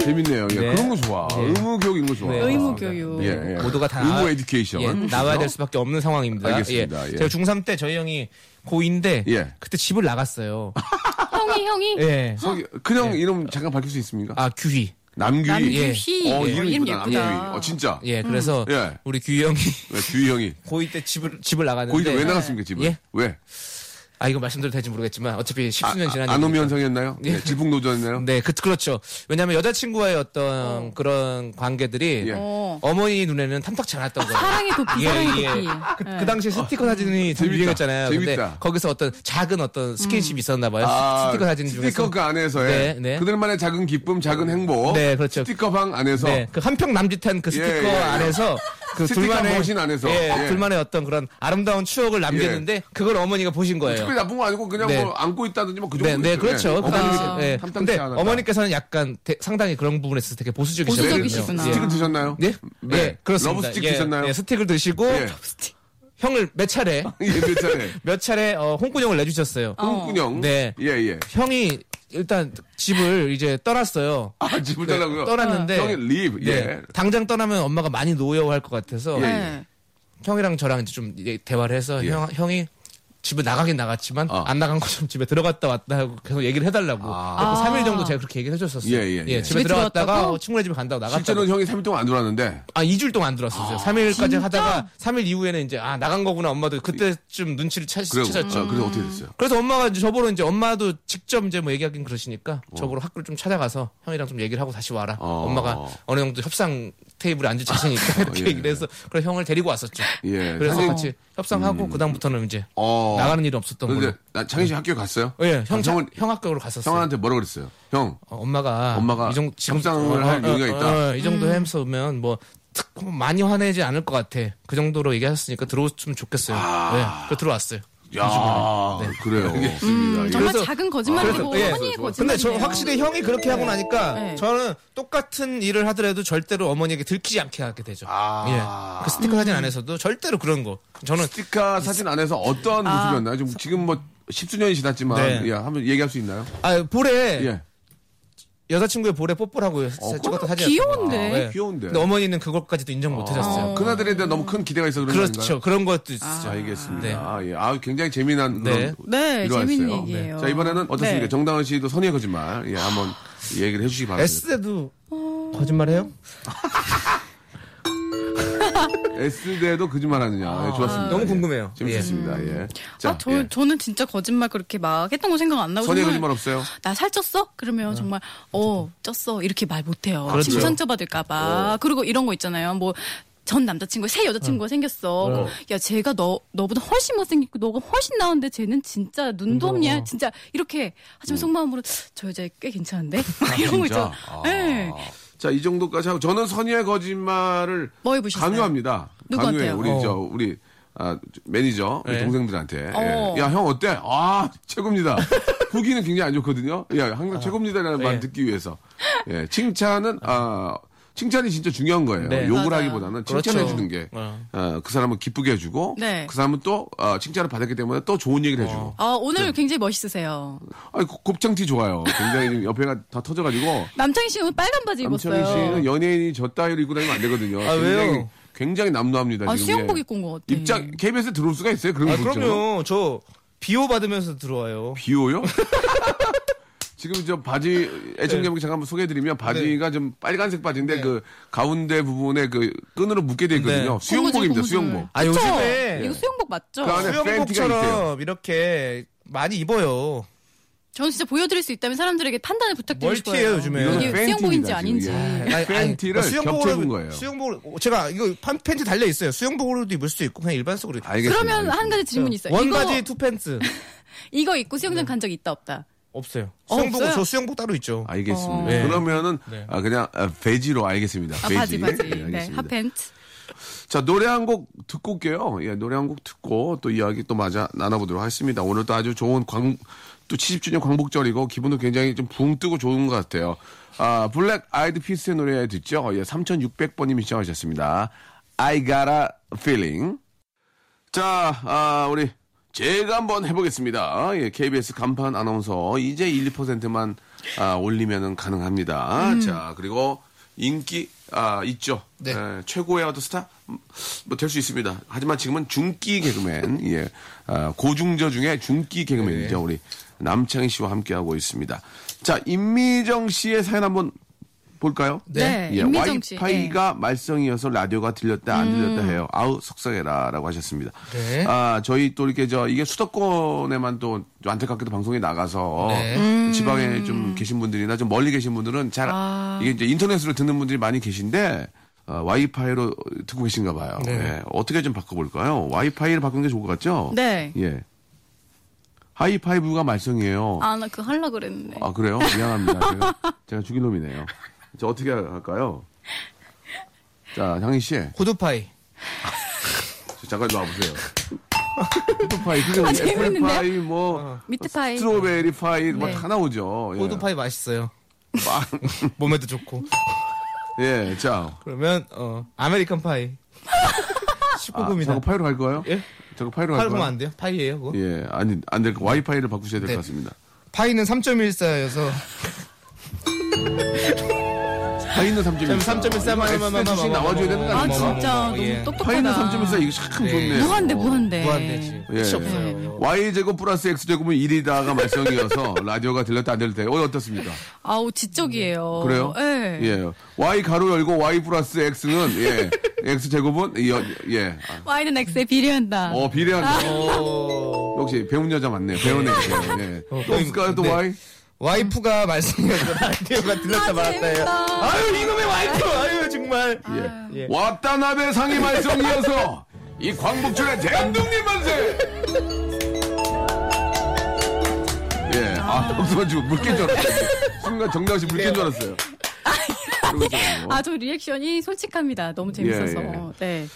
[SPEAKER 1] 재밌네요. 예,
[SPEAKER 2] 네.
[SPEAKER 1] 그런 거 좋아. 의무 교육인 거 좋아.
[SPEAKER 2] 네.
[SPEAKER 3] 의무 교육.
[SPEAKER 1] 예, 예.
[SPEAKER 2] 모두가 다
[SPEAKER 1] 의무 에듀케이션.
[SPEAKER 2] 예, 나와야 될 수밖에 없는 상황입니다.
[SPEAKER 1] 알겠습니다. 예.
[SPEAKER 2] 제가 중3 때 저희 형이 고2인데
[SPEAKER 1] 예.
[SPEAKER 2] 그때 집을 나갔어요.
[SPEAKER 3] 형이 형이
[SPEAKER 2] 예.
[SPEAKER 1] 저기 그냥 이름 잠깐 밝힐 수 있습니까?
[SPEAKER 2] 아 규희.
[SPEAKER 1] 남규희.
[SPEAKER 3] 남규희
[SPEAKER 1] 어, 이름
[SPEAKER 3] 이름
[SPEAKER 1] 이쁘다. 남규희.
[SPEAKER 3] 예쁘다.
[SPEAKER 1] 어, 진짜.
[SPEAKER 2] 예. 그래서
[SPEAKER 1] 예.
[SPEAKER 2] 우리 규희 형이
[SPEAKER 1] 왜 규희 형이.
[SPEAKER 2] 고2 때 집을 집을 나갔는데
[SPEAKER 1] 고이도 왜 나갔습니까, 집을?
[SPEAKER 2] 예?
[SPEAKER 1] 왜?
[SPEAKER 2] 아 이거 말씀드려도 될지 모르겠지만 어차피 십수년 지난
[SPEAKER 1] 아, 안오미
[SPEAKER 2] 얘기니까.
[SPEAKER 1] 현상이었나요?
[SPEAKER 2] 예.
[SPEAKER 1] 네, 질풍노조였나요?
[SPEAKER 2] 네, 그, 그렇죠. 왜냐하면 여자친구와의 어떤 그런 관계들이
[SPEAKER 1] 예.
[SPEAKER 3] 어.
[SPEAKER 2] 어머니 눈에는 탐탁치 않았던 거예요.
[SPEAKER 3] 사랑의 도피, 사랑의 도피.
[SPEAKER 2] 그,
[SPEAKER 3] 예.
[SPEAKER 2] 그 당시에 스티커 사진이 되게
[SPEAKER 1] 재밌다.
[SPEAKER 2] 유행했잖아요. 근데
[SPEAKER 1] 재밌다.
[SPEAKER 2] 거기서 어떤 작은 어떤
[SPEAKER 3] 음.
[SPEAKER 2] 스킨십이 있었나 봐요.
[SPEAKER 1] 아,
[SPEAKER 2] 스티커 사진 중에서.
[SPEAKER 1] 스티커 그 안에서의
[SPEAKER 2] 네, 네.
[SPEAKER 1] 그들만의 작은 기쁨, 작은 행복.
[SPEAKER 2] 네, 그렇죠.
[SPEAKER 1] 스티커 방 안에서
[SPEAKER 2] 네, 그 한평 남짓한 그 스티커
[SPEAKER 1] 예, 예, 예.
[SPEAKER 2] 안에서 그
[SPEAKER 1] 스티커
[SPEAKER 2] 둘만의
[SPEAKER 1] 머신 안에서.
[SPEAKER 2] 예,
[SPEAKER 1] 예.
[SPEAKER 2] 둘만의 어떤 그런 아름다운 추억을 남겼는데 그걸 어머니가 보신 거예요.
[SPEAKER 1] 특별히 나쁜 거 아니고 그냥
[SPEAKER 2] 네.
[SPEAKER 1] 뭐 안고 있다든지 뭐 그
[SPEAKER 2] 네,
[SPEAKER 1] 정도.
[SPEAKER 2] 네, 그렇죠. 그
[SPEAKER 1] 어머니
[SPEAKER 2] 당시- 예.
[SPEAKER 1] 탐탁지
[SPEAKER 2] 근데
[SPEAKER 1] 않았다.
[SPEAKER 2] 어머니께서는 약간 대- 상당히 그런 부분에 있어서 되게 보수적이셨어요.
[SPEAKER 3] 보수적이시구나.
[SPEAKER 1] 스틱은 드셨나요?
[SPEAKER 2] 예?
[SPEAKER 1] 네.
[SPEAKER 2] 예, 그렇습니다.
[SPEAKER 1] 러브 스틱
[SPEAKER 2] 예,
[SPEAKER 1] 드셨나요?
[SPEAKER 2] 예, 스틱을 드시고
[SPEAKER 1] 예.
[SPEAKER 2] 형을 몇 차례
[SPEAKER 1] 예, 몇 차례.
[SPEAKER 2] 몇 차례 어, 홍군형을 내주셨어요.
[SPEAKER 1] 꿈꾸녕.
[SPEAKER 2] 네.
[SPEAKER 1] 예, 예.
[SPEAKER 2] 형이 일단 집을 이제 떠났어요.
[SPEAKER 1] 아, 집을
[SPEAKER 2] 네,
[SPEAKER 1] 달라고요?
[SPEAKER 2] 떠났는데
[SPEAKER 1] 형이 leave. 예.
[SPEAKER 2] 네, 당장 떠나면 엄마가 많이 노여워할 것 같아서
[SPEAKER 1] 예.
[SPEAKER 3] 네.
[SPEAKER 2] 형이랑 저랑 이제 좀 이제 대화를 해서
[SPEAKER 1] 예.
[SPEAKER 2] 형, 형이 집에 나가긴 나갔지만
[SPEAKER 1] 어.
[SPEAKER 2] 안 나간 것처럼 집에 들어갔다 왔다 하고 계속 얘기를 해달라고
[SPEAKER 1] 아.
[SPEAKER 2] 그래서 3일 정도 제가 그렇게 얘기를 해줬었어요.
[SPEAKER 1] 예, 예, 예.
[SPEAKER 2] 집에,
[SPEAKER 3] 집에
[SPEAKER 2] 들어갔다가
[SPEAKER 3] 들어갔다고?
[SPEAKER 2] 어, 친구네 집에 간다고 나갔다.
[SPEAKER 1] 실제로는 형이 3일 동안 안 돌았는데.
[SPEAKER 2] 아, 2주일 동안 안 들어왔었어요. 3일까지 하다가 3일 이후에는 이제 아, 나간 거구나 엄마도 그때쯤 눈치를 채,
[SPEAKER 1] 그래요.
[SPEAKER 2] 채셨죠.
[SPEAKER 1] 아, 그래서 어떻게 됐어요?
[SPEAKER 2] 그래서 엄마가 이제 저보러 이제 엄마도 직접 이제 뭐 얘기하긴 그러시니까 저보러 학교를 좀 찾아가서 형이랑 좀 얘기를 하고 다시 와라.
[SPEAKER 1] 어.
[SPEAKER 2] 엄마가 어느 정도 협상 테이블에 앉을 자신 있다 이렇게
[SPEAKER 1] 예.
[SPEAKER 2] 얘기를 해서 그래서 형을 데리고 왔었죠.
[SPEAKER 1] 예.
[SPEAKER 2] 그래서
[SPEAKER 1] 사실-
[SPEAKER 2] 같이 협상하고 그다음부터는 이제
[SPEAKER 1] 어.
[SPEAKER 2] 나가는 일이 없었던 걸로.
[SPEAKER 1] 그런데 나 창희 씨 학교 갔어요?
[SPEAKER 2] 예, 형,
[SPEAKER 1] 아,
[SPEAKER 2] 형,
[SPEAKER 1] 형은-
[SPEAKER 2] 형 학교로 갔었어요.
[SPEAKER 1] 형한테 뭐라 그랬어요? 형.
[SPEAKER 2] 어, 엄마가
[SPEAKER 1] 엄마가
[SPEAKER 2] 이 정도 지금 어,
[SPEAKER 1] 협상을 할 여유가 있다.
[SPEAKER 2] 이 정도 해서면 뭐 특- 많이 화내지 않을 것 같아. 그 정도로 얘기하셨으니까 들어오면 좋겠어요.
[SPEAKER 1] 아.
[SPEAKER 2] 네, 그 들어왔어요.
[SPEAKER 1] 야,
[SPEAKER 2] 네.
[SPEAKER 1] 그래요. 예.
[SPEAKER 3] 음, 정말
[SPEAKER 2] 그래서-
[SPEAKER 3] 작은 거짓말이고
[SPEAKER 2] 그래서- 예.
[SPEAKER 3] 허니의 거짓말.
[SPEAKER 2] 근데 저 확실히 형이 그렇게 하고 나니까
[SPEAKER 3] 네.
[SPEAKER 2] 저는 똑같은 일을 하더라도 절대로 어머니에게 들키지 않게 하게 되죠.
[SPEAKER 1] 아.
[SPEAKER 2] 예. 그 스티커 사진 안에서도 절대로 그런 거. 저는
[SPEAKER 1] 스티커 사진 안에서 어떠한
[SPEAKER 3] 아.
[SPEAKER 1] 모습이었나요? 좀 지금 뭐 십수년이 지났지만
[SPEAKER 2] 네.
[SPEAKER 1] 예, 한번 얘기할 수 있나요?
[SPEAKER 2] 아, 볼에
[SPEAKER 1] 예.
[SPEAKER 2] 여자친구의 볼에 뽀뽀라고 해서 찍었던 사진.
[SPEAKER 3] 어, 귀여운데.
[SPEAKER 1] 아, 귀여운데.
[SPEAKER 2] 근데 어머니는 그것까지도 인정 못 하셨어요.
[SPEAKER 1] 아, 그나들에 대한 너무 큰 기대가 있어 그런 거
[SPEAKER 2] 그렇죠.
[SPEAKER 1] 아닌가요?
[SPEAKER 2] 그런 것도 있죠.
[SPEAKER 1] 알겠습니다.
[SPEAKER 2] 네.
[SPEAKER 1] 아, 예. 아, 굉장히 재미난
[SPEAKER 2] 네.
[SPEAKER 1] 그런
[SPEAKER 3] 네,
[SPEAKER 1] 일화였어요.
[SPEAKER 3] 재밌는 얘기예요.
[SPEAKER 1] 자, 이번에는 어떻습니까?
[SPEAKER 3] 네.
[SPEAKER 1] 정다은 씨도 선의의 거짓말. 예, 한번 얘기를 해 주시기 바랍니다.
[SPEAKER 2] 네. S대도 거짓말해요?
[SPEAKER 3] 어.
[SPEAKER 1] S 대도 거짓말 하느냐. 예, 좋았습니다.
[SPEAKER 2] 너무
[SPEAKER 1] 예.
[SPEAKER 2] 궁금해요.
[SPEAKER 1] 재밌었습니다. 예.
[SPEAKER 3] 아, 저, 저는 진짜 거짓말 그렇게 막 했던 거 생각 안 나고
[SPEAKER 1] 선의의 거짓말
[SPEAKER 3] 정말
[SPEAKER 1] 없어요?
[SPEAKER 3] 나 살쪘어? 그러면
[SPEAKER 1] 네.
[SPEAKER 3] 정말 어 쪘어 이렇게 말 못해요.
[SPEAKER 2] 그렇죠.
[SPEAKER 3] 심
[SPEAKER 1] 어.
[SPEAKER 3] 상처받을까봐. 그리고 이런 거 있잖아요. 뭐 전 남자친구 새
[SPEAKER 1] 네.
[SPEAKER 3] 여자친구가 생겼어. 야 쟤가 너 너보다 훨씬 못생기고 너가 훨씬 나은데 쟤는 진짜 눈도 없냐?
[SPEAKER 1] 음.
[SPEAKER 3] 진짜 이렇게 하지만 속마음으로 저 여자 꽤 괜찮은데 이런 거 있죠.
[SPEAKER 1] 아.
[SPEAKER 3] 예.
[SPEAKER 2] 네.
[SPEAKER 1] 자, 이 정도까지 하고 저는 선의의 거짓말을
[SPEAKER 3] 뭐 해보셨어요?
[SPEAKER 1] 강요합니다.
[SPEAKER 3] 누구한테요?
[SPEAKER 1] 강요해. 우리
[SPEAKER 2] 어.
[SPEAKER 1] 저 우리 아, 저 매니저 우리
[SPEAKER 2] 네.
[SPEAKER 1] 동생들한테. 예.
[SPEAKER 3] 어.
[SPEAKER 1] 야, 형 어때? 아, 최고입니다. 후기는 굉장히 안 좋거든요. 예, 항상 최고입니다라는 말
[SPEAKER 2] 예.
[SPEAKER 1] 듣기 위해서. 예, 칭찬은 아 칭찬이 진짜 중요한 거예요.
[SPEAKER 2] 네.
[SPEAKER 1] 욕을
[SPEAKER 3] 맞아요.
[SPEAKER 1] 하기보다는 칭찬해
[SPEAKER 2] 그렇죠.
[SPEAKER 1] 주는 게,
[SPEAKER 2] 어.
[SPEAKER 1] 어, 그 사람을 기쁘게 해주고,
[SPEAKER 3] 네.
[SPEAKER 1] 그 사람은 또 아, 칭찬을 받았기 때문에 또 좋은 얘기를 해주고.
[SPEAKER 2] 어.
[SPEAKER 3] 아 오늘
[SPEAKER 1] 네.
[SPEAKER 3] 굉장히 멋있으세요.
[SPEAKER 1] 아니, 곱- 곱창티 좋아요. 굉장히 지금 옆에가 다 터져가지고.
[SPEAKER 3] 남창희 씨는 오늘 빨간 바지
[SPEAKER 1] 남창희
[SPEAKER 3] 입었어요.
[SPEAKER 1] 씨는 연예인이 저 따위로 입고 다니면 안 되거든요.
[SPEAKER 2] 아,
[SPEAKER 1] 굉장히,
[SPEAKER 2] 왜요?
[SPEAKER 1] 굉장히 남루합니다.
[SPEAKER 3] 아
[SPEAKER 1] 지금.
[SPEAKER 3] 수영복
[SPEAKER 1] 예.
[SPEAKER 3] 입고 온 것 같아.
[SPEAKER 1] 입장 KBS에 들어올 수가 있어요? 그런
[SPEAKER 2] 아,
[SPEAKER 1] 거 있죠.
[SPEAKER 2] 그럼요. 저 비호 받으면서 들어와요.
[SPEAKER 1] 비오요? 지금 저 바지
[SPEAKER 2] 네.
[SPEAKER 1] 애청자분께 잠깐 한번 소개해드리면 바지가 좀 빨간색 바지인데 그 가운데 부분에 그 끈으로 묶게 돼 있거든요.
[SPEAKER 2] 네.
[SPEAKER 1] 수영복입니다.
[SPEAKER 3] 고무줄,
[SPEAKER 1] 수영복.
[SPEAKER 2] 아,
[SPEAKER 3] 그쵸?
[SPEAKER 2] 요즘에
[SPEAKER 3] 이거 수영복 맞죠?
[SPEAKER 1] 그 안에 팬티가 있대요.
[SPEAKER 2] 수영복처럼 이렇게 많이 입어요.
[SPEAKER 3] 저는 진짜 보여드릴 수 있다면 사람들에게 판단을 부탁드리고
[SPEAKER 2] 멀티예요,
[SPEAKER 3] 싶어요.
[SPEAKER 2] 요즘에.
[SPEAKER 3] 이게
[SPEAKER 1] 이거는 팬티입니다,
[SPEAKER 3] 수영복인지
[SPEAKER 1] 지금.
[SPEAKER 3] 아닌지.
[SPEAKER 1] 예.
[SPEAKER 2] 아니, 아니,
[SPEAKER 1] 팬티를
[SPEAKER 2] 그러니까 수영복으로-
[SPEAKER 1] 겹쳐 입은 거예요.
[SPEAKER 2] 수영복을 어, 제가 이거 판 팬티 달려 있어요. 수영복으로도 입을 수도 있고 그냥 일반 속으로.
[SPEAKER 1] 알겠습니다.
[SPEAKER 3] 그러면 한 가지 질문 이 있어요.
[SPEAKER 2] 원바지
[SPEAKER 3] 이거,
[SPEAKER 2] 투 팬츠
[SPEAKER 3] 이거 입고
[SPEAKER 1] 네.
[SPEAKER 3] 수영장 간 적 있다 없다.
[SPEAKER 2] 없어요.
[SPEAKER 3] 어,
[SPEAKER 2] 수영복
[SPEAKER 3] 없어요?
[SPEAKER 2] 저 수영복 따로 있죠.
[SPEAKER 1] 알겠습니다.
[SPEAKER 2] 어. 네.
[SPEAKER 1] 그러면은
[SPEAKER 2] 네.
[SPEAKER 1] 아, 그냥 아, 베지로 알겠습니다.
[SPEAKER 3] 아,
[SPEAKER 1] 베지.
[SPEAKER 3] 바지 바지.
[SPEAKER 1] 예,
[SPEAKER 3] 네,
[SPEAKER 1] 알겠습니다.
[SPEAKER 3] 핫팬츠.
[SPEAKER 1] 자, 노래 한 곡 듣고 올게요. 예, 노래 한 곡 듣고 또 이야기 또 맞아 나눠보도록 하겠습니다. 오늘도 아주 좋은 광, 또 70주년 광복절이고 기분도 굉장히 좀 붕 뜨고 좋은 것 같아요. 아, 블랙 아이드 피스의 노래 듣죠? 예, 3600번님이 시청하셨습니다. I got a feeling. 자, 아, 우리 제가 한번 해보겠습니다. 예, KBS 간판 아나운서 이제 1, 2%만 아, 올리면은
[SPEAKER 3] 음.
[SPEAKER 1] 가능합니다. 자, 그리고 인기 아, 있죠.
[SPEAKER 2] 네.
[SPEAKER 1] 예, 최고의 어떤 스타 뭐 될 수 있습니다. 하지만 지금은 중기 개그맨, 예, 아, 고중저 중에 중기
[SPEAKER 3] 네.
[SPEAKER 1] 개그맨이죠. 우리 남창희 씨와 함께 하고 있습니다. 자, 임미정 씨의 사연 한번 볼까요?
[SPEAKER 3] 네.
[SPEAKER 1] 예,
[SPEAKER 3] 임미정 씨.
[SPEAKER 1] 와이파이가 말썽이어서 라디오가 들렸다 안 들렸다 해요. 아우 속상해라라고 하셨습니다.
[SPEAKER 2] 음. 네.
[SPEAKER 1] 아 저희 또 이렇게 저 이게 수도권에만 또 안타깝게도 방송이 나가서
[SPEAKER 2] 네.
[SPEAKER 1] 지방에 좀 계신 분들이나 좀 멀리 계신 분들은 잘
[SPEAKER 2] 아.
[SPEAKER 1] 이게 이제 인터넷으로 듣는 분들이 많이 계신데 어, 와이파이로 듣고 계신가 봐요.
[SPEAKER 2] 네.
[SPEAKER 1] 예, 어떻게 좀 바꿔볼까요? 와이파이를 바꾸는 게 좋을 것 같죠?
[SPEAKER 3] 네.
[SPEAKER 1] 예. 하이파이브가 말썽이에요.
[SPEAKER 3] 아, 나 그거 하려고 그랬는데.
[SPEAKER 1] 아 그래요? 미안합니다. 제가, 제가 죽인 놈이네요. 자 어떻게 할까요? 자 장희 씨 네.
[SPEAKER 2] 호두파이.
[SPEAKER 1] 저 잠깐 좀 와보세요. 애플파이 그게
[SPEAKER 3] 아, 재밌는데요?
[SPEAKER 1] 애플파이 뭐
[SPEAKER 3] 미트 파이.
[SPEAKER 1] 스트로베리 파이 뭐
[SPEAKER 3] 네.
[SPEAKER 1] 다 나오죠. 예.
[SPEAKER 2] 호두파이 맛있어요.
[SPEAKER 1] 빵.
[SPEAKER 2] 몸에도 좋고.
[SPEAKER 1] 예, 자
[SPEAKER 2] 그러면 어 아메리칸 파이.
[SPEAKER 1] 아,
[SPEAKER 2] 19금이다.
[SPEAKER 1] 저거 파이로 갈 거예요?
[SPEAKER 2] 예?
[SPEAKER 1] 저거 파이로 갈
[SPEAKER 2] 팔 보면
[SPEAKER 1] 거예요?
[SPEAKER 2] 안 돼요? 파이예요, 그거?
[SPEAKER 1] 예, 아니 안 될 거. 와이파이를 바꾸셔야 될 것
[SPEAKER 2] 네.
[SPEAKER 1] 같습니다.
[SPEAKER 2] 파이는 3.14여서
[SPEAKER 1] 파이는 3.14.
[SPEAKER 2] 3.14만
[SPEAKER 1] 씩 나와줘야 되는 거
[SPEAKER 3] 아,
[SPEAKER 1] 아닙니까?
[SPEAKER 3] 진짜
[SPEAKER 2] 먹어, 먹어.
[SPEAKER 3] 너무
[SPEAKER 2] 예.
[SPEAKER 3] 똑똑하다.
[SPEAKER 1] 파이는 3.14 이거 참
[SPEAKER 2] 네.
[SPEAKER 1] 좋네요.
[SPEAKER 3] 무한대 무한대.
[SPEAKER 2] 무한대지.
[SPEAKER 1] 예.
[SPEAKER 2] 끝이 없어요.
[SPEAKER 1] Y 제곱 플러스 X 제곱은 1이다가 말썽이어서 라디오가 들렸다 안 들렸다. 오늘 어떻습니까?
[SPEAKER 3] 아우 지적이에요.
[SPEAKER 2] 어,
[SPEAKER 1] 그래요?
[SPEAKER 3] 예.
[SPEAKER 1] 예. Y 가로 열고 Y 플러스 X는 예. X 제곱은 이 여- 예. 아,
[SPEAKER 3] 와인은 X에 비례한다.
[SPEAKER 1] 어 비례한다. 역시 배운 여자 맞네요. 배운 애. 예.
[SPEAKER 2] 어,
[SPEAKER 1] 또 없을까요? 또
[SPEAKER 2] 네.
[SPEAKER 1] Y?
[SPEAKER 2] 와이프가 말씀이어서 라디오가 들렸다 말았다요.
[SPEAKER 3] 아, 재밌다.
[SPEAKER 2] 아유 이놈의 와이프. 아유 정말.
[SPEAKER 1] 예.
[SPEAKER 2] 예.
[SPEAKER 1] 왔다나베 상이 말썽이어서 이 광복절에 대한독립 만세! 예, 아, 잠시만 지금 물개인 줄 알았어요. 순간 정당시 물개인 줄 알았어요. 그리고 저 뭐.
[SPEAKER 3] 아, 저 리액션이 솔직합니다. 너무 재밌어서.
[SPEAKER 1] 예,
[SPEAKER 3] 네.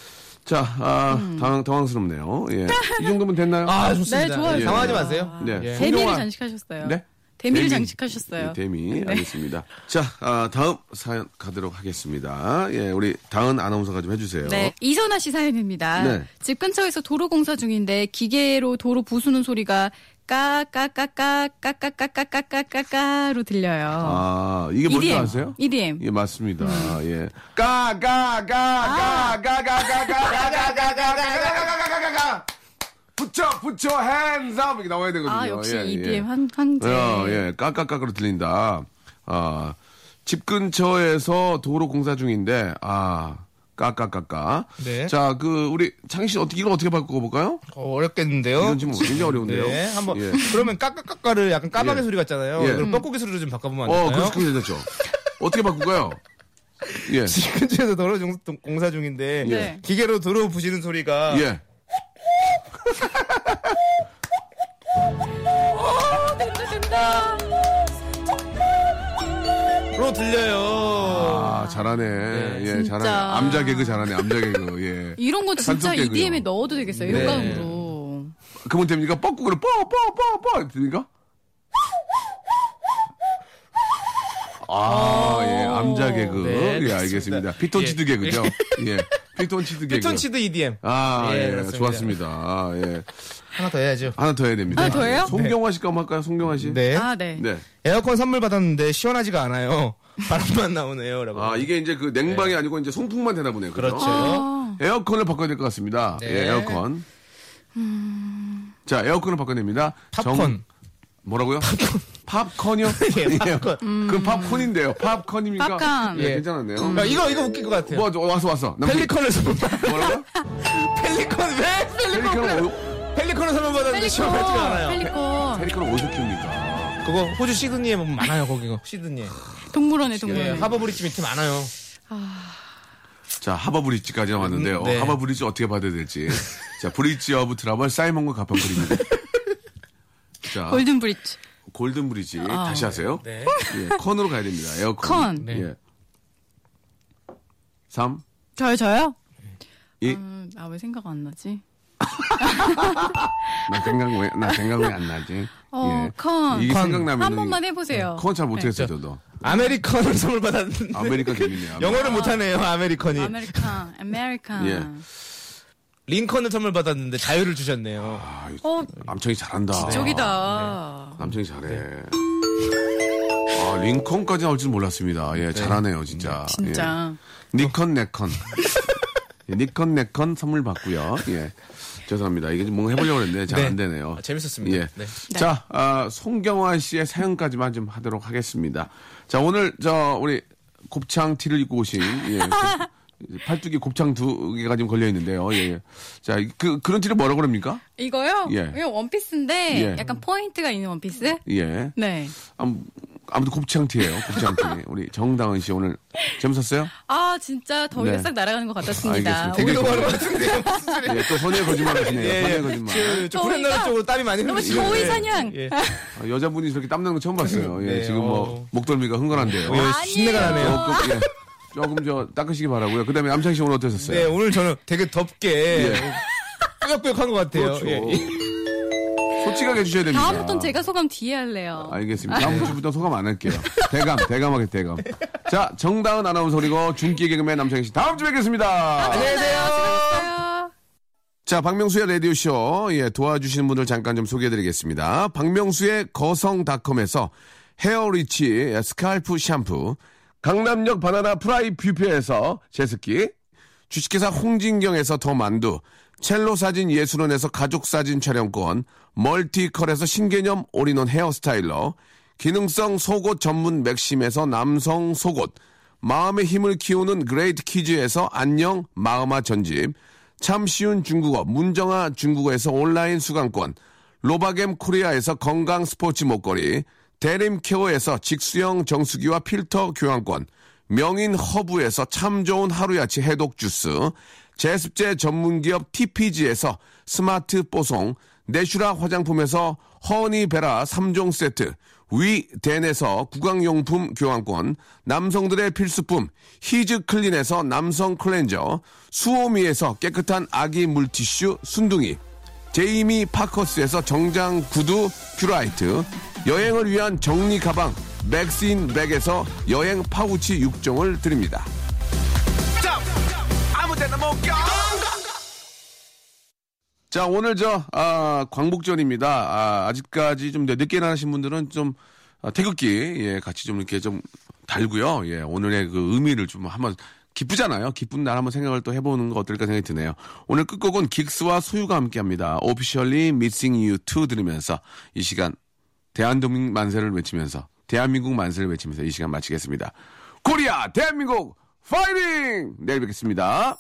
[SPEAKER 1] 자, 아, 당황, 당황스럽네요. 예. 이 정도면 됐나요?
[SPEAKER 2] 아 좋습니다.
[SPEAKER 3] 네, 음. 좋아요.
[SPEAKER 2] 예. 당황하지 마세요.
[SPEAKER 1] 네.
[SPEAKER 2] 예.
[SPEAKER 3] 대미를
[SPEAKER 1] 성경아.
[SPEAKER 3] 장식하셨어요.
[SPEAKER 1] 네?
[SPEAKER 3] 대미를
[SPEAKER 1] 데미.
[SPEAKER 3] 장식하셨어요.
[SPEAKER 1] 예,
[SPEAKER 3] 네.
[SPEAKER 1] 데미 알겠습니다. 자 아, 다음 사연 가도록 하겠습니다. 예, 우리 다은 아나운서가 좀 해주세요.
[SPEAKER 3] 네, 이선아 씨 사연입니다.
[SPEAKER 1] 네.
[SPEAKER 3] 집 근처에서 도로 공사 중인데 기계로 도로 부수는 소리가 까까까까까까까까까까까까까로 들려요.
[SPEAKER 1] 아 이게 뭔지
[SPEAKER 3] EDM.
[SPEAKER 1] 아세요?
[SPEAKER 3] EDM.
[SPEAKER 1] 예 맞습니다.
[SPEAKER 3] 음.
[SPEAKER 1] 예.
[SPEAKER 3] 아.
[SPEAKER 1] 가가가가가가가가가가가가가가가가가가가가가가 붙여 붙여 hands up 이게 나와야 되거든요.
[SPEAKER 3] 아, 역시
[SPEAKER 1] 예, 예.
[SPEAKER 3] EDM 한 황제.
[SPEAKER 1] 어,
[SPEAKER 2] 네.
[SPEAKER 1] 예, 까까까로 들린다. 아, 집 근처에서 도로 공사 중인데, 아, 까까까까.
[SPEAKER 2] 네.
[SPEAKER 1] 자, 그, 우리, 창희 씨, 어떻게, 이걸 어떻게 바꿔볼까요?
[SPEAKER 2] 어, 어렵겠는데요.
[SPEAKER 1] 이건 지금 굉장히 어려운데요.
[SPEAKER 2] 네, 한번
[SPEAKER 1] 예.
[SPEAKER 2] 그러면 까까까까를 약간 까마귀
[SPEAKER 1] 예.
[SPEAKER 2] 소리 같잖아요.
[SPEAKER 1] 예.
[SPEAKER 2] 그럼 뻐꾸기 소리로 좀 바꿔보면 안
[SPEAKER 1] 어,
[SPEAKER 2] 되나요?
[SPEAKER 1] 그렇게 괜찮죠. 어떻게 바꿀까요? 예.
[SPEAKER 2] 집 근처에서 도로 중- 동- 공사 중인데
[SPEAKER 3] 네.
[SPEAKER 2] 기계로 도로 부시는 소리가
[SPEAKER 1] 예.
[SPEAKER 3] 된다 된다.
[SPEAKER 2] 로 들려요.
[SPEAKER 1] 아, 잘하네. 예,
[SPEAKER 3] 진짜.
[SPEAKER 1] 잘하네. 암자 개그 잘하네, 암자 개그. 예.
[SPEAKER 3] 이런 거 진짜
[SPEAKER 1] 산속개구요.
[SPEAKER 3] EDM에 넣어도 되겠어요.
[SPEAKER 2] 네.
[SPEAKER 3] 효과음으로.
[SPEAKER 1] 그러면 됩니까? 뻐꾸기로 뻐, 뻐, 뻐, 뻐. 됩니까? 아, 예, 암자 개그.
[SPEAKER 2] 어. 네,
[SPEAKER 1] 예,
[SPEAKER 2] 그렇습니다.
[SPEAKER 1] 알겠습니다. 피톤치드
[SPEAKER 2] 예.
[SPEAKER 1] 개그죠? 예. 피톤치드 개그.
[SPEAKER 2] 피톤치드 EDM
[SPEAKER 1] 아,
[SPEAKER 2] 예,
[SPEAKER 1] 예,
[SPEAKER 2] 그렇습니다.
[SPEAKER 1] 좋았습니다. 아, 예.
[SPEAKER 2] 하나 더 해야죠.
[SPEAKER 1] 하나 더 해야 됩니다. 예.
[SPEAKER 3] 하나 더 해요?
[SPEAKER 1] 송경화 씨가 한번 할까요, 송경화 씨?
[SPEAKER 2] 네.
[SPEAKER 3] 아, 네.
[SPEAKER 1] 아, 네.
[SPEAKER 2] 에어컨 선물 받았는데 시원하지가 않아요. 바람만 나오네요라고.
[SPEAKER 1] 아, 이게 이제 그 냉방이 아니고 이제 송풍만 되나 보네요. 그죠?
[SPEAKER 2] 네.
[SPEAKER 3] 어.
[SPEAKER 2] 그렇죠.
[SPEAKER 3] 아.
[SPEAKER 1] 에어컨을 바꿔야 될 것 같습니다.
[SPEAKER 2] 네.
[SPEAKER 1] 예, 에어컨.
[SPEAKER 3] 음.
[SPEAKER 1] 자, 에어컨을 바꿔냅니다.
[SPEAKER 2] 팝콘.
[SPEAKER 1] 뭐라고요? 팝콘이요?
[SPEAKER 2] 예, 팝콘.
[SPEAKER 1] 그 팝콘인데요. 팝콘입니까?
[SPEAKER 3] 팝콘.
[SPEAKER 1] 예,
[SPEAKER 2] 예.
[SPEAKER 1] 괜찮았네요.
[SPEAKER 2] 야, 이거 이거 웃길 것 같아요.
[SPEAKER 1] 뭐, 왔어, 왔어. 나
[SPEAKER 2] 펠리컨을 선물 받-
[SPEAKER 1] 뭐라고?
[SPEAKER 2] 펠리컨 왜
[SPEAKER 1] 펠리컨을,
[SPEAKER 2] 펠리컨
[SPEAKER 1] 어-
[SPEAKER 2] 펠리컨을 선물 받았는데
[SPEAKER 3] 펠리콘.
[SPEAKER 2] 시원하지가 않아요.
[SPEAKER 3] 펠리콘.
[SPEAKER 1] 펠리컨을 어디서 키웁니까?
[SPEAKER 2] 그거 호주 시드니에 보면 많아요 거기가 시드니에
[SPEAKER 3] 동물원에
[SPEAKER 2] 예,
[SPEAKER 3] 동물원.
[SPEAKER 2] 하버브리지 밑에 많아요.
[SPEAKER 1] 자, 하버브릿지까지 나왔는데요.
[SPEAKER 2] 음, 네.
[SPEAKER 1] 하버브릿지 어떻게 받아야 될지. 자, 브릿지 오브 트러블, 사이먼과 가판콜입니다. 자,
[SPEAKER 3] 골든 브릿지.
[SPEAKER 1] 골든 브릿지. 다시 하세요.
[SPEAKER 2] 네.
[SPEAKER 1] 예, 컨으로 가야 됩니다. 에어컨.
[SPEAKER 3] 아. 컨.
[SPEAKER 2] 네.
[SPEAKER 1] 예. 3,
[SPEAKER 3] 저요 저요?
[SPEAKER 1] 이.
[SPEAKER 3] 음, 아, 왜 생각 안 나지?
[SPEAKER 1] 나 생각 왜, 나 생각 왜 안 나지?
[SPEAKER 3] 어,
[SPEAKER 1] 예.
[SPEAKER 3] 컨.
[SPEAKER 1] 이게
[SPEAKER 2] 컨. 네.
[SPEAKER 1] 생각나면.
[SPEAKER 3] 한 번만 해보세요.
[SPEAKER 1] 컨잘 못했어요, 저도.
[SPEAKER 2] 아메리컨을 선물 받았는데
[SPEAKER 1] 아메리카 재밌네요. 아메리카.
[SPEAKER 2] 영어를 못하네요 아메리컨이
[SPEAKER 3] 아메리칸, 아메리칸.
[SPEAKER 1] 예.
[SPEAKER 2] 링컨을 선물 받았는데 자유를 주셨네요.
[SPEAKER 3] 어,
[SPEAKER 1] 남청이 잘한다.
[SPEAKER 3] 저기다.
[SPEAKER 1] 남청이 잘해.
[SPEAKER 2] 네.
[SPEAKER 1] 아, 링컨까지 나올 줄 몰랐습니다. 예, 잘하네요, 진짜.
[SPEAKER 3] 진짜.
[SPEAKER 1] 예. 니컨, 네컨. 예, 니컨, 네컨 선물 받고요. 예. 죄송합니다. 이게 뭔가 해보려고 했는데 잘 안
[SPEAKER 2] 네.
[SPEAKER 1] 되네요.
[SPEAKER 2] 아, 재밌었습니다.
[SPEAKER 1] 예.
[SPEAKER 2] 네.
[SPEAKER 1] 자, 아, 송경화 씨의 사연까지만 좀 하도록 하겠습니다. 자, 오늘 저 우리 곱창 티를 입고 오신 예, 그 팔뚝에 곱창 두 개가 지금 걸려 있는데요. 예. 자, 그 그런 티를 뭐라고 그럽니까?
[SPEAKER 3] 이거요?
[SPEAKER 1] 예.
[SPEAKER 3] 이거 원피스인데
[SPEAKER 1] 예.
[SPEAKER 3] 약간 포인트가 있는 원피스?
[SPEAKER 1] 예.
[SPEAKER 3] 네.
[SPEAKER 1] 아무, 아무튼 곱창 티예요. 곱창 티. 우리 정다은 씨 오늘 재밌었어요?
[SPEAKER 3] 아 진짜 더위가
[SPEAKER 1] 네.
[SPEAKER 3] 싹 날아가는 것 같았습니다.
[SPEAKER 1] 알겠습니다. 되게
[SPEAKER 2] 바로 같은데요.
[SPEAKER 1] 예, 또 선의 거짓말 하시네요.
[SPEAKER 2] 예,
[SPEAKER 1] 선의 거짓말.
[SPEAKER 2] 저 코레나 쪽으로 땀이 많이
[SPEAKER 3] 너무
[SPEAKER 2] 흘리시죠.
[SPEAKER 3] 더위 사냥.
[SPEAKER 2] 예.
[SPEAKER 1] 아, 여자분이 저렇게 땀나는 거 처음 봤어요. 예,
[SPEAKER 2] 네,
[SPEAKER 1] 지금 뭐
[SPEAKER 2] 어.
[SPEAKER 1] 목덜미가 흥건한데요.
[SPEAKER 2] 예, 신내가 나네요.
[SPEAKER 1] 조금, 예, 조금 저 닦으시기 바라고요. 그다음에 남창 씨 오늘 어떠셨어요?
[SPEAKER 2] 네, 오늘 저는 되게 덥게
[SPEAKER 1] 예.
[SPEAKER 2] 뿌역뿌역한 것 같아요.
[SPEAKER 1] 그렇죠.
[SPEAKER 2] 예.
[SPEAKER 1] 솔직하게 해주셔야 됩니다.
[SPEAKER 3] 다음부터는 제가 소감 뒤에 할래요.
[SPEAKER 1] 알겠습니다. 다음 주부터 소감 안 할게요. 대감, 대감하게 대감. 자, 정다은 아나운서 그리고 중기 개그맨 남창희 씨 다음 주에 뵙겠습니다.
[SPEAKER 3] 안녕하세요.
[SPEAKER 1] 자, 박명수의 라디오쇼. 예, 도와주시는 분들 잠깐 좀 소개해드리겠습니다. 박명수의 거성닷컴에서 헤어리치 스칼프 샴푸, 강남역 바나나 프라이 뷔페에서 제습기, 주식회사 홍진경에서 더 만두, 첼로 사진 예술원에서 가족 사진 촬영권, 멀티컬에서 신개념 올인원 헤어스타일러, 기능성 속옷 전문 맥심에서 남성 속옷, 마음의 힘을 키우는 그레이트 키즈에서 안녕 마음아 전집, 참 쉬운 중국어 문정아 중국어에서 온라인 수강권 로바겜 코리아에서 건강 스포츠 목걸이 대림케어에서 직수형 정수기와 필터 교환권 명인 허브에서 참 좋은 하루야치 해독 주스 제습제 전문기업 TPG에서 스마트 뽀송 내슈라 화장품에서 허니베라 3종 세트 위덴에서 구강용품 교환권, 남성들의 필수품 히즈클린에서 남성 클렌저, 수오미에서 깨끗한 아기 물티슈 순둥이, 제이미 파커스에서 정장 구두 큐라이트, 여행을 위한 정리 가방 맥스인 백에서 여행 파우치 6종을 드립니다. 자, 오늘 저, 아, 광복절입니다. 아, 아직까지 좀 늦게 일어나신 분들은 좀, 아, 태극기, 예, 같이 좀 이렇게 좀 달고요. 예, 오늘의 그 의미를 좀 한번, 기쁘잖아요. 기쁜 날 한번 생각을 또 해보는 거 어떨까 생각이 드네요. 오늘 끝곡은 긱스와 소유가 함께 합니다. Officially Missing You 2 들으면서 이 시간, 대한민국 만세를 외치면서, 대한민국 만세를 외치면서 이 시간 마치겠습니다. 코리아 대한민국 파이팅! 내일 뵙겠습니다.